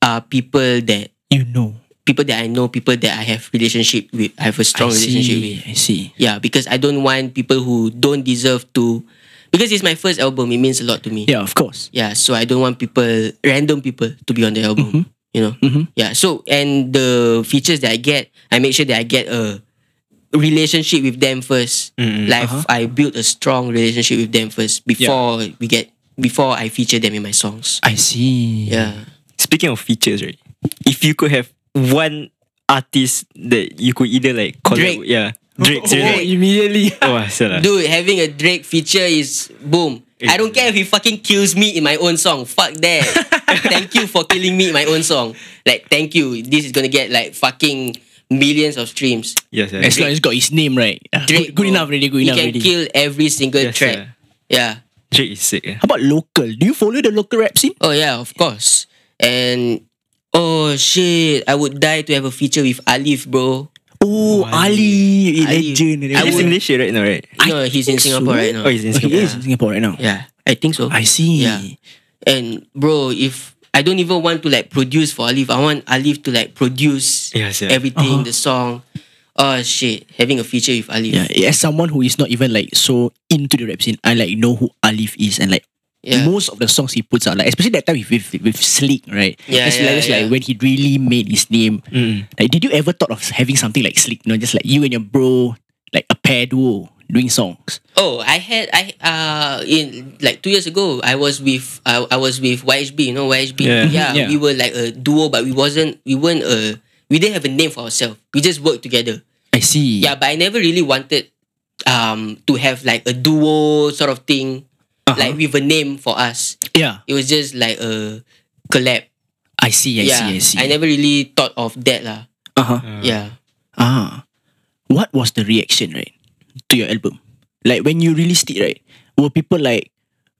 Speaker 4: are people that
Speaker 3: You know.
Speaker 4: people that I know, people that I have relationship with. I have a strong
Speaker 3: I
Speaker 4: relationship with.
Speaker 3: see. I see.
Speaker 4: Yeah, because I don't want people who don't deserve to because it's my first album, it means a lot to me.
Speaker 3: Yeah, of course.
Speaker 4: Yeah, so I don't want people, random people, to be on the album. You know, yeah. So and the features that I get, I make sure that I get a relationship with them 1st Like I build a strong relationship with them first before we get before I feature them in my songs.
Speaker 3: I see.
Speaker 4: Yeah.
Speaker 1: Speaking of features, right? If you could have one artist that you could either like collab,
Speaker 4: Drake.
Speaker 1: yeah, Drake,
Speaker 3: Oh,
Speaker 1: seriously.
Speaker 3: immediately.
Speaker 1: Oh, oh salah.
Speaker 4: Dude, having a Drake feature is boom. I don't care if he fucking kills me in my own song. Fuck that. thank you for killing me in my own song. Like, thank you. This is gonna get like fucking millions of streams.
Speaker 1: Yes, yeah.
Speaker 3: As long as got his name right. Ah,
Speaker 4: Drake,
Speaker 3: good, good
Speaker 4: bro.
Speaker 3: enough already, good
Speaker 4: he
Speaker 3: enough
Speaker 4: can
Speaker 3: already.
Speaker 4: kill every single
Speaker 1: Yes,
Speaker 4: track.
Speaker 1: sir.
Speaker 4: Yeah.
Speaker 1: Drake is sick. Yeah.
Speaker 3: How about local? Do you follow the local rap scene?
Speaker 4: Oh yeah, of course. And oh shit, I would die to have a feature with Alif, bro.
Speaker 3: Oh, Ali, eh,
Speaker 4: Ali.
Speaker 3: legend. and
Speaker 4: I
Speaker 1: He's
Speaker 3: everything.
Speaker 1: in
Speaker 4: would-
Speaker 1: Malaysia right now, right?
Speaker 4: You know, he's in
Speaker 3: think
Speaker 4: Singapore
Speaker 3: so.
Speaker 4: right now.
Speaker 1: Oh, he's in
Speaker 3: Oh, he
Speaker 1: Singapore.
Speaker 3: is in Singapore right now.
Speaker 4: yeah, I think so.
Speaker 3: I see.
Speaker 4: Yeah. And bro, if I don't even want to like produce for Alif, I want Alif to like produce
Speaker 1: Yes, yeah.
Speaker 4: everything, the song. oh shit, having a feature with Alif.
Speaker 3: Uh-huh. Yeah, as someone who is not even like so into the rap scene, I like know who Alif is and like
Speaker 4: Yeah.
Speaker 3: most of the songs he puts out, like especially that time with with, with Slick, right?
Speaker 4: Yeah,
Speaker 3: that's
Speaker 4: yeah,
Speaker 3: like, that's like
Speaker 4: yeah.
Speaker 3: when he really made his name. Like, did you ever thought of having something like Slick? You know, just like you and your bro, like a pair duo doing songs.
Speaker 4: Oh, I had I uh in like two years ago I was with I, I was with YHB, you know YHB.
Speaker 1: Yeah.
Speaker 3: Yeah.
Speaker 4: we were like a duo, but we wasn't we weren't a we didn't have a name for ourselves. We just worked together.
Speaker 3: I see.
Speaker 4: Yeah, but I never really wanted um to have like a duo sort of thing,
Speaker 3: Uh-huh.
Speaker 4: like with a name for us.
Speaker 3: yeah.
Speaker 4: It was just like a collab.
Speaker 3: I see. I
Speaker 4: yeah,
Speaker 3: see. I see.
Speaker 4: I never really thought of that lah.
Speaker 3: uh-huh.
Speaker 4: Yeah.
Speaker 3: Ah, what was the reaction, right, to your album? Like when you released it, right? Were people like,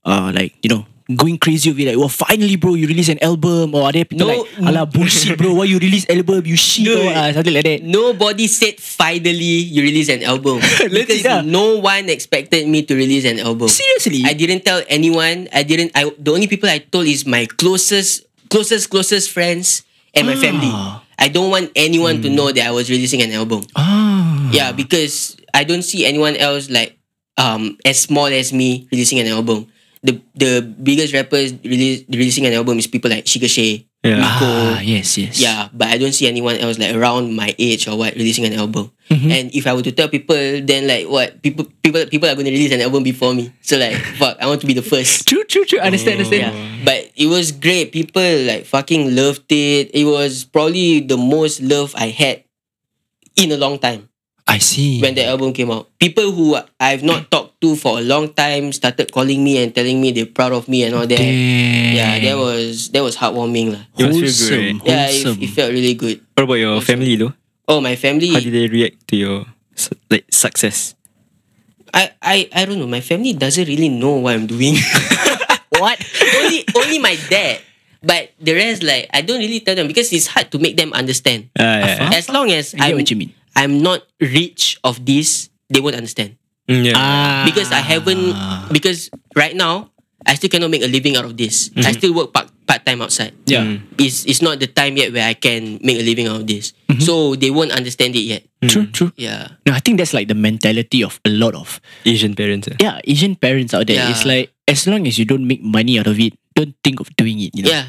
Speaker 3: uh, like you know, going crazy over it? Like, well, finally, bro, you release an album, or are there people
Speaker 4: No,
Speaker 3: like, ala bullshit, bro? Why you release album? You shit,
Speaker 4: Dude.
Speaker 3: or uh, something like that?
Speaker 4: Nobody said finally you release an album because
Speaker 3: Legit ah.
Speaker 4: no one expected me to release an album.
Speaker 3: Seriously?
Speaker 4: I didn't tell anyone. I didn't. I the only people I told is my closest, closest, closest friends and my family.
Speaker 3: Ah. Hmm.
Speaker 4: I don't want anyone to know that I was releasing an album.
Speaker 3: ah,
Speaker 4: Yeah, because I don't see anyone else like um as small as me releasing an album. The the biggest rappers release, releasing an album is people like Shiga Shay,
Speaker 1: Yeah.
Speaker 4: Miko,
Speaker 3: ah, yes, yes.
Speaker 4: yeah, but I don't see anyone else like around my age or what releasing an album.
Speaker 3: Mm-hmm.
Speaker 4: And if I were to tell people, then like what people people people are going to release an album before me. So like fuck, I want to be the first.
Speaker 3: True, true, true. Understand,
Speaker 4: Yeah,
Speaker 3: understand.
Speaker 4: but it was great. People like fucking loved it. It was probably the most love I had in a long time
Speaker 3: I see.
Speaker 4: when the album came out. People who I've not talked to for a long time started calling me and telling me they're proud of me and all that.
Speaker 3: Damn.
Speaker 4: Yeah, that was that was heartwarming lah.
Speaker 1: It must feel good,
Speaker 3: Wholesome,
Speaker 1: right?
Speaker 4: Yeah,
Speaker 3: wholesome.
Speaker 4: it, it felt really good.
Speaker 1: What about your family though?
Speaker 4: Oh, my family.
Speaker 1: How did they react to your su- like success?
Speaker 4: I, I, I don't know. My family doesn't really know what I'm doing. what? only only my dad. But the rest, like, I don't really tell them because it's hard to make them understand.
Speaker 1: Ah, yeah.
Speaker 3: faham.
Speaker 4: As long as
Speaker 3: I get
Speaker 4: I'm,
Speaker 3: what Uh, you mean.
Speaker 4: I'm not rich of this, they won't understand.
Speaker 1: Mm, yeah.
Speaker 3: Ah,
Speaker 4: Because I haven't, because right now, I still cannot make a living out of this. I still work part, part-time outside.
Speaker 3: Mm-hmm.
Speaker 4: Mm.
Speaker 3: Yeah.
Speaker 4: It's, it's not the time yet where I can make a living out of this.
Speaker 3: Mm-hmm.
Speaker 4: So they won't understand it yet.
Speaker 3: True, true.
Speaker 4: Yeah.
Speaker 3: No, I think that's like the mentality of a lot of
Speaker 1: Asian parents. eh?
Speaker 3: yeah, Asian parents out there,
Speaker 4: Yeah.
Speaker 3: it's like as long as you don't make money out of it, don't think of doing it. You know?
Speaker 4: Yeah.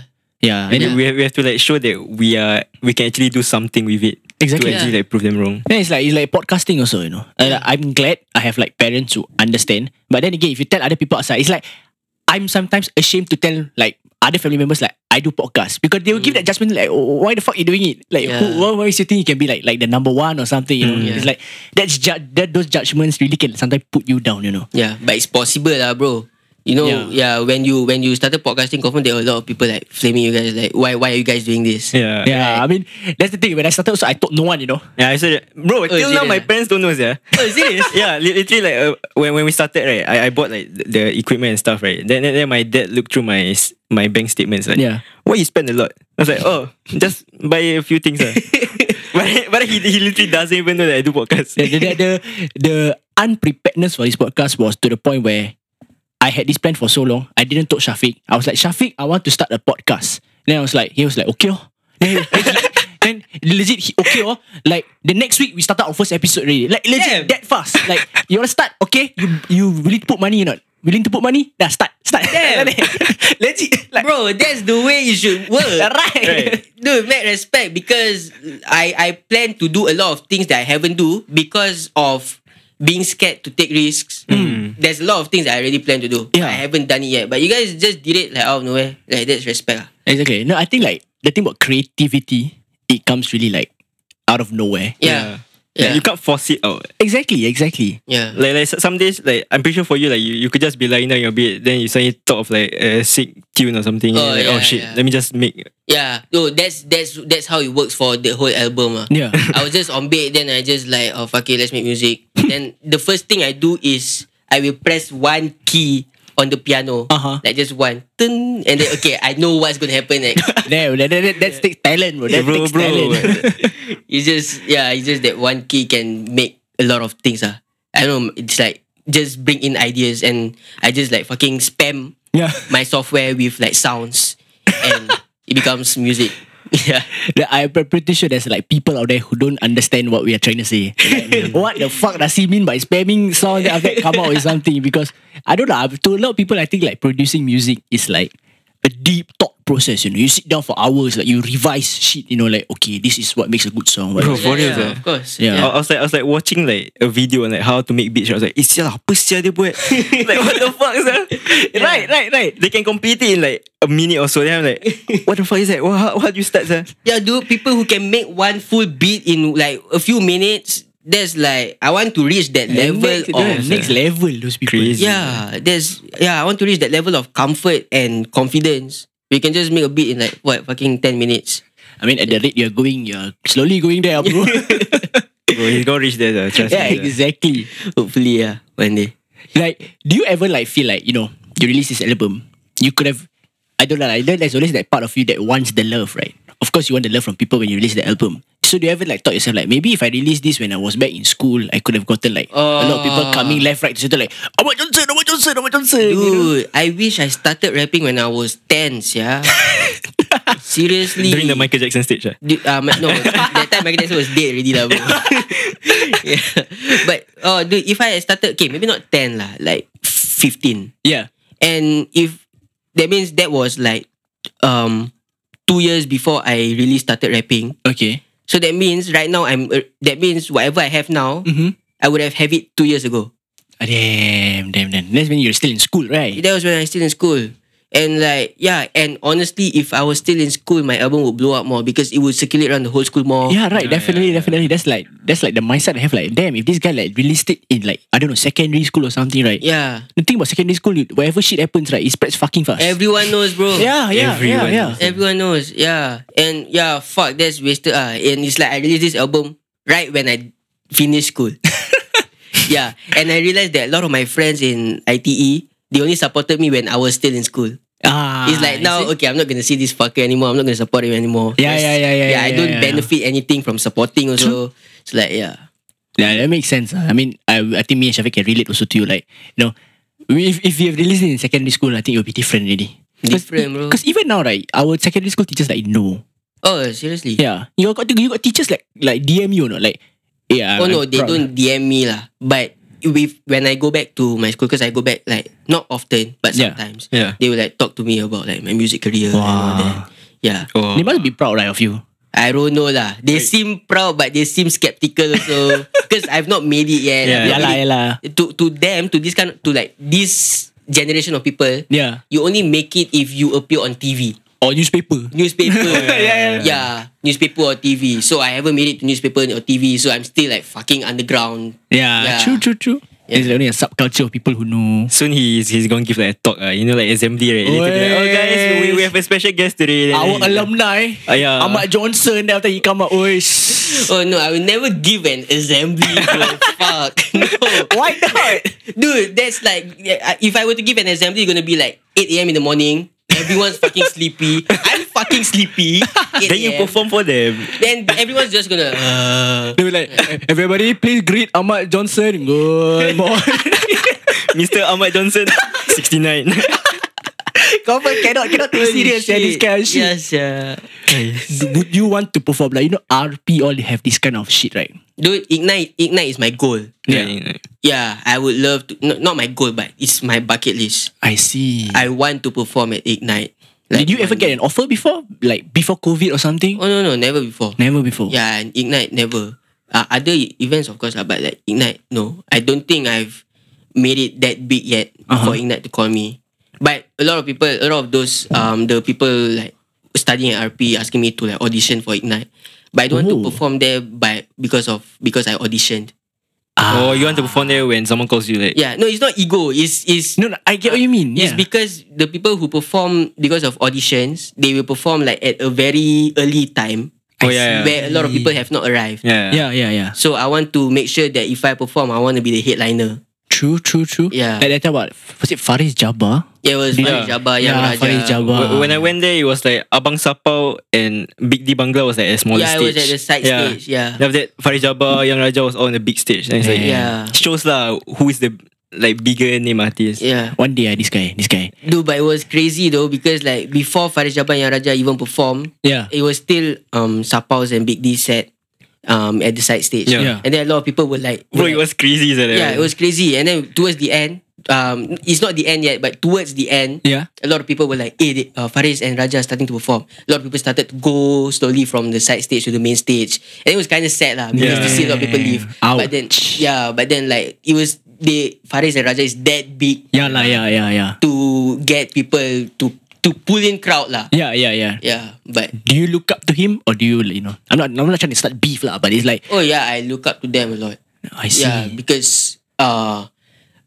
Speaker 3: yeah,
Speaker 1: And
Speaker 3: and
Speaker 1: then we have, we have to like show that we are we can actually do something with it
Speaker 3: Exactly.
Speaker 1: to actually like prove them wrong.
Speaker 3: then it's like it's like podcasting also. You know, And, uh, I'm glad I have like parents who understand. But then again, if you tell other people outside, it's like I'm sometimes ashamed to tell like other family members like I do podcast because they will give that judgment like oh, why the fuck you doing it like
Speaker 4: Mm. Yeah. Mm,
Speaker 3: who, why, why is you think you can be like like the number one or something you know it's like that's ju- that those judgments really can sometimes put you down you know
Speaker 4: Yeah, but it's possible lah, bro. You know, yeah. when you when you started podcasting, confirm there were a lot of people like flaming you guys, like why why are you guys doing this?
Speaker 1: Yeah.
Speaker 3: yeah I mean that's the thing when I started also I told no one you know
Speaker 1: Yeah, I said, that- bro. till now,
Speaker 4: serious
Speaker 1: my
Speaker 4: ah?
Speaker 1: parents don't know, yeah.
Speaker 4: Oh, serious?
Speaker 1: yeah, li- literally, like uh, when when we started, right? I, I bought like the- the equipment and stuff, right? Then, then then my dad looked through my s- my bank statements, like,
Speaker 3: Yeah.
Speaker 1: why you spend a lot? I was like, oh, just buy a few things, ah. but but he, he literally doesn't even know that I do podcast.
Speaker 3: the, the, the, the, the unpreparedness for this podcast was to the point where I had this plan for so long. I didn't talk Shafiq. I was like, Shafiq, I want to start a podcast. Then I was like, he was like, okay. Oh. Then, then legit, he, okay. Oh. Like the next week, we started our first episode already. Like legit,
Speaker 4: Damn.
Speaker 3: that fast. Like, you want to start? Okay. You, you willing to put money or not? Willing to put money? Dah, start. Start.
Speaker 4: Damn.
Speaker 3: legit. Like,
Speaker 4: bro, that's the way you should work.
Speaker 3: Right.
Speaker 1: Right.
Speaker 4: Dude, mad respect because I I plan to do a lot of things that I haven't do because of being scared to take risks. There's a lot of things that I already plan to do.
Speaker 3: Yeah.
Speaker 4: I haven't done it yet. But you guys just did it like out of nowhere. Like that's respect. ah.
Speaker 3: Exactly. No, I think like the thing about creativity, it comes really like out of nowhere.
Speaker 4: Yeah.
Speaker 1: Like,
Speaker 4: Yeah.
Speaker 1: you can't force it out.
Speaker 3: Exactly. Exactly.
Speaker 4: Yeah.
Speaker 1: Like, like so- some days, like I'm pretty sure for you, like you, you could just be lying down in your bed, then you suddenly thought of like a sick tune or something.
Speaker 4: Oh,
Speaker 1: and you're like, oh
Speaker 4: yeah,
Speaker 1: shit,
Speaker 4: yeah.
Speaker 1: let me just make.
Speaker 4: Yeah, no, that's that's that's how it works for the whole album. ah.
Speaker 3: Yeah.
Speaker 4: I was just on bed, then I just like, oh fuck it, let's make music. then the first thing I do is I will press one key on the piano,
Speaker 3: Uh-huh.
Speaker 4: like just one, Dun, and then okay, I know what's gonna happen next.
Speaker 3: Damn, that, that, that, that takes talent, bro. That
Speaker 1: Bro,
Speaker 3: takes
Speaker 1: bro.
Speaker 3: talent.
Speaker 4: it's just yeah, it's just that one key can make a lot of things. Ah, I don't know, it's like just bring in ideas, and I just like fucking spam
Speaker 3: Yeah.
Speaker 4: my software with like sounds, and it becomes music. Yeah.
Speaker 3: That I'm pre- pretty sure there's like people out there who don't understand what we are trying to say. Like, what the fuck does he mean by spamming sound that after that come out with something? Because I don't know. To a lot of people, I think like producing music is like a deep thought process. You know, you sit down for hours, like you revise shit. You know, like okay, this is what makes a good song.
Speaker 1: Bro, ah."
Speaker 3: What-
Speaker 1: for real
Speaker 4: yeah,
Speaker 1: yeah.
Speaker 4: of course.
Speaker 3: Yeah.
Speaker 1: I, I was like, I was like watching like a video on like how to make beats. I was like, eh, sial lah, apa sial dia buat? like, what the fuck is that? Right, right, right. They can complete it in like a minute or so. Then I'm like, what the fuck is that? Well, how, how do you start, sir?
Speaker 4: Yeah, dude, people who can make one full beat in like a few minutes, that's like I want to reach that
Speaker 3: And
Speaker 4: level
Speaker 3: next,
Speaker 4: of
Speaker 3: yeah, oh, next level. Those people.
Speaker 1: Crazy.
Speaker 4: Yeah, there's yeah, I want to reach that level of comfort and confidence. We can just make a beat in like what fucking 10 minutes.
Speaker 3: I mean, at the rate you're going, you're slowly going there, bro.
Speaker 1: Bro, he's gonna reach there, sir. Trust
Speaker 3: yeah,
Speaker 1: me. sir.
Speaker 3: exactly.
Speaker 4: Hopefully, yeah, one day.
Speaker 3: Like, do you ever like feel like you know you release this album, you could have, I don't know, like there- there's always that part of you that wants the love, right? Of course, you want the love from people when you release the album. So do you ever like thought yourself like maybe if I released this when I was back in school, I could have gotten like a lot of people
Speaker 4: Ah.
Speaker 3: coming left, right, center like Ahmad Johnson, Ahmad Johnson, Ahmad Johnson. you know?
Speaker 4: Dude, I wish I started rapping when I was 10, yeah. Seriously.
Speaker 1: During the Michael Jackson stage, sir.
Speaker 4: Dude, uh, Ma- no, that time Michael Jackson was dead already lah. bro. yeah. But oh, dude, if I had started, okay, maybe not ten lah, like fifteen.
Speaker 3: Yeah.
Speaker 4: And if that means that was like um two years before I really started rapping.
Speaker 3: Okay.
Speaker 4: So that means right now I'm uh, that means whatever I have now,
Speaker 3: Mm-hmm.
Speaker 4: I would have had it two years ago.
Speaker 3: Ah, Damn, damn, damn. That's when you're still in school, right?
Speaker 4: That was when I was still in school. And like yeah, and honestly, if I was still in school, my album would blow up more because it would circulate around the whole school more.
Speaker 3: Yeah, right. definitely, definitely. That's like that's like the mindset I have. Like, damn, if this guy like released it in like I don't know secondary school or something, right?
Speaker 4: Yeah.
Speaker 3: The thing about secondary school, dude, whatever shit happens, right, it spreads fucking fast.
Speaker 4: Everyone knows, bro.
Speaker 3: yeah, yeah, yeah,
Speaker 1: Everyone.
Speaker 3: yeah.
Speaker 4: Everyone knows, yeah. And yeah, fuck, that's wasted. Ah, and it's like I released this album right when I finished school. yeah, and I realized that a lot of my friends in ITE they only supported me when I was still in school.
Speaker 3: Ah,
Speaker 4: it's like now,
Speaker 3: is it?
Speaker 4: okay, I'm not gonna see this fucker anymore. I'm not gonna support him anymore.
Speaker 3: Yeah, yeah, yeah, yeah,
Speaker 4: I
Speaker 3: yeah,
Speaker 4: don't
Speaker 3: yeah.
Speaker 4: benefit anything from supporting. Also, it's like yeah,
Speaker 3: Yeah, that makes sense. ah. I mean, I, I think me and Shafiq can relate also to you. Like, you know, we- if, if you have released it in secondary school, I think it will be different already.
Speaker 4: Different, bro.
Speaker 3: Because even now, right, our secondary school teachers like no.
Speaker 4: oh seriously.
Speaker 3: Yeah, you got you got teachers like like DM you or not like. Yeah.
Speaker 4: Oh
Speaker 3: I'm
Speaker 4: no, they
Speaker 3: proud.
Speaker 4: don't DM me lah. But with when I go back to my school, because I go back like not often, but
Speaker 3: Yeah.
Speaker 4: sometimes
Speaker 1: Yeah.
Speaker 4: they will like talk to me about like my music career and all
Speaker 3: Wow.
Speaker 4: that. Yeah,
Speaker 1: Oh.
Speaker 3: They must be proud, right, of you.
Speaker 4: I don't know lah. They seem proud, but they seem skeptical also because I've not made it
Speaker 1: Yeah,
Speaker 4: yet. I've not
Speaker 3: Yeah, lah,
Speaker 4: made
Speaker 3: yeah, lah.
Speaker 4: it. To to them, to this kind, to like this generation of people,
Speaker 3: Yeah.
Speaker 4: you only make it if you appear on TV.
Speaker 3: Or newspaper.
Speaker 4: newspaper. yeah,
Speaker 3: yeah, yeah.
Speaker 4: newspaper or TV. So I haven't made it to newspaper or TV. So I'm still like fucking underground.
Speaker 3: Yeah,
Speaker 4: Yeah.
Speaker 3: true, true, true. It's only a subculture of people who know.
Speaker 1: Soon he's he's gonna give like a talk, uh, you know, like assembly, right? Later, be like, oh guys, we, we have a special guest today.
Speaker 3: Our alumni,
Speaker 1: Ah, yeah.
Speaker 3: Ahmad Johnson, then after he come out, oh, sh-
Speaker 4: Oh no, I will never give an assembly. bro. Fuck. No.
Speaker 3: why not?
Speaker 4: Dude, that's like yeah, I- if I were to give an assembly, it's gonna be like 8 a.m. in the morning. Everyone's fucking sleepy. I'm fucking sleepy. 8
Speaker 1: Then you
Speaker 4: a.m..
Speaker 1: perform for them.
Speaker 4: Then everyone's just gonna. Uh,
Speaker 3: They were like, everybody, please greet Ahmad Johnson. Good morning.
Speaker 1: Mr. Ahmad Johnson, 69.
Speaker 3: Confirm cannot, cannot take serious yeah, this kind of shit.
Speaker 4: Yes, yeah.
Speaker 3: Would you want to perform like you know RP all they have this kind of shit, right?
Speaker 4: Dude, ignite, ignite is my goal.
Speaker 1: Yeah.
Speaker 4: Yeah, I would love to. No, not my goal, but it's my bucket list.
Speaker 3: I see.
Speaker 4: I want to perform at Ignite.
Speaker 3: Did you ever get an offer before, like before COVID or something?
Speaker 4: Oh no no never before.
Speaker 3: Never before.
Speaker 4: Yeah, and Ignite never. Uh, other e- events of course lah, but like Ignite no. I don't think I've made it that big yet for Ignite to call me. But a lot of people, a lot of those um the people like studying at RP asking me to like audition for Ignite. But I don't want
Speaker 3: Oh.
Speaker 4: to perform there by because of because I auditioned.
Speaker 1: Or Oh, you want to perform there when someone calls you, like,
Speaker 4: Yeah, no, it's not ego. It's it's
Speaker 3: No, no, I get what you mean.
Speaker 4: It's
Speaker 3: Yeah.
Speaker 4: because the people who perform because of auditions, they will perform like at a very early time
Speaker 1: oh yeah, yeah.
Speaker 4: where a lot of people have not arrived.
Speaker 1: yeah.
Speaker 3: yeah, yeah, yeah.
Speaker 4: So I want to make sure that if I perform, I want to be the headliner.
Speaker 3: True, true, true.
Speaker 4: Yeah.
Speaker 3: Like that time, what was it? Faris Jabba.
Speaker 4: Yeah, it was
Speaker 1: Yeah.
Speaker 4: Farid Jabbar, yeah, Raja.
Speaker 3: Faris Jabba.
Speaker 4: Ah.
Speaker 1: Wh- When I went there, it was like Abang Sapau and Big D Bangla was like a smaller
Speaker 4: Yeah, it
Speaker 1: stage.
Speaker 4: was at the side stage, yeah.
Speaker 1: Then after that, Farid Jabba, Young Raja was all on the big stage. Then it's like,
Speaker 4: Yeah.
Speaker 1: shows lah who is the like bigger name artists.
Speaker 4: Yeah.
Speaker 3: One day, ah, this guy, this guy.
Speaker 4: Dude, but it was crazy though because like before Faris Jaban Yang Raja even performed,
Speaker 3: Yeah.
Speaker 4: it was still um Sapaus and Big D set um at the side stage.
Speaker 1: Yeah.
Speaker 3: Yeah.
Speaker 4: And then a lot of people were like,
Speaker 1: Bro,
Speaker 4: were
Speaker 1: it was
Speaker 4: like-
Speaker 1: crazy. sia, that
Speaker 4: yeah, it
Speaker 1: one.
Speaker 4: was crazy. And then towards the end, um, it's not the end yet, but towards the end,
Speaker 3: Yeah.
Speaker 4: a lot of people were like, "Hey, they- uh, Faris and Raja are starting to perform." A lot of people started to go slowly from the side stage to the main stage, and it was kind of sad lah because
Speaker 1: Yeah.
Speaker 4: to see a lot of people leave. But then,
Speaker 3: Ouch.
Speaker 4: yeah, but then like it was they Faris and Raja is that big
Speaker 3: Yeah, lah, yeah, yeah, yeah.
Speaker 4: to get people to to pull in crowd lah.
Speaker 3: Yeah, yeah, yeah.
Speaker 4: Yeah, but
Speaker 3: Do you look up to him or do you, you know? I'm not, I'm not trying to start beef, lah, but it's like,
Speaker 4: oh yeah, I look up to them a lot.
Speaker 3: I see.
Speaker 4: Yeah, because uh,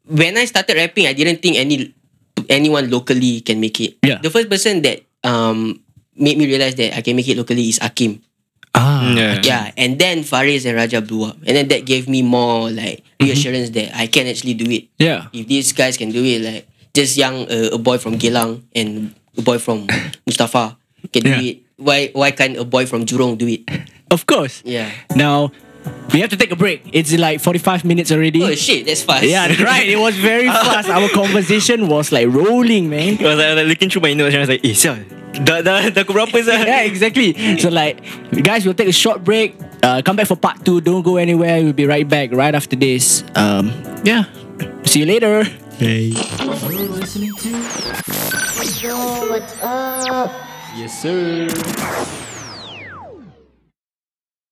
Speaker 4: when I started rapping, I didn't think any anyone locally can make it.
Speaker 3: Yeah.
Speaker 4: The first person that um made me realize that I can make it locally is Akim.
Speaker 3: Ah,
Speaker 1: Yeah.
Speaker 4: Yeah, and then Faris and Raja blew up, and then that gave me more like reassurance that I can actually do it.
Speaker 3: Mm-hmm. yeah.
Speaker 4: If these guys can do it, like just young uh, a boy from Gilang and a boy from Mustafa can do
Speaker 3: Yeah.
Speaker 4: it. Why why can't a boy from Jurong do it?
Speaker 3: Of course.
Speaker 4: Yeah.
Speaker 3: Now, we have to take a break. It's like 45 minutes already.
Speaker 4: Oh shit, that's fast.
Speaker 3: yeah, that's right. It was very fast. Our conversation was like rolling, man.
Speaker 1: I was like, I was like looking through my notes and I was like, eh, sial, dah, dah, dah aku berapa sial?
Speaker 3: Yeah, exactly. So like, guys, we'll take a short break. Uh, come back for part two. Don't go anywhere. We'll be right back right after this. Um, yeah. See you later.
Speaker 2: Yo, what's up?
Speaker 3: Yes, sir.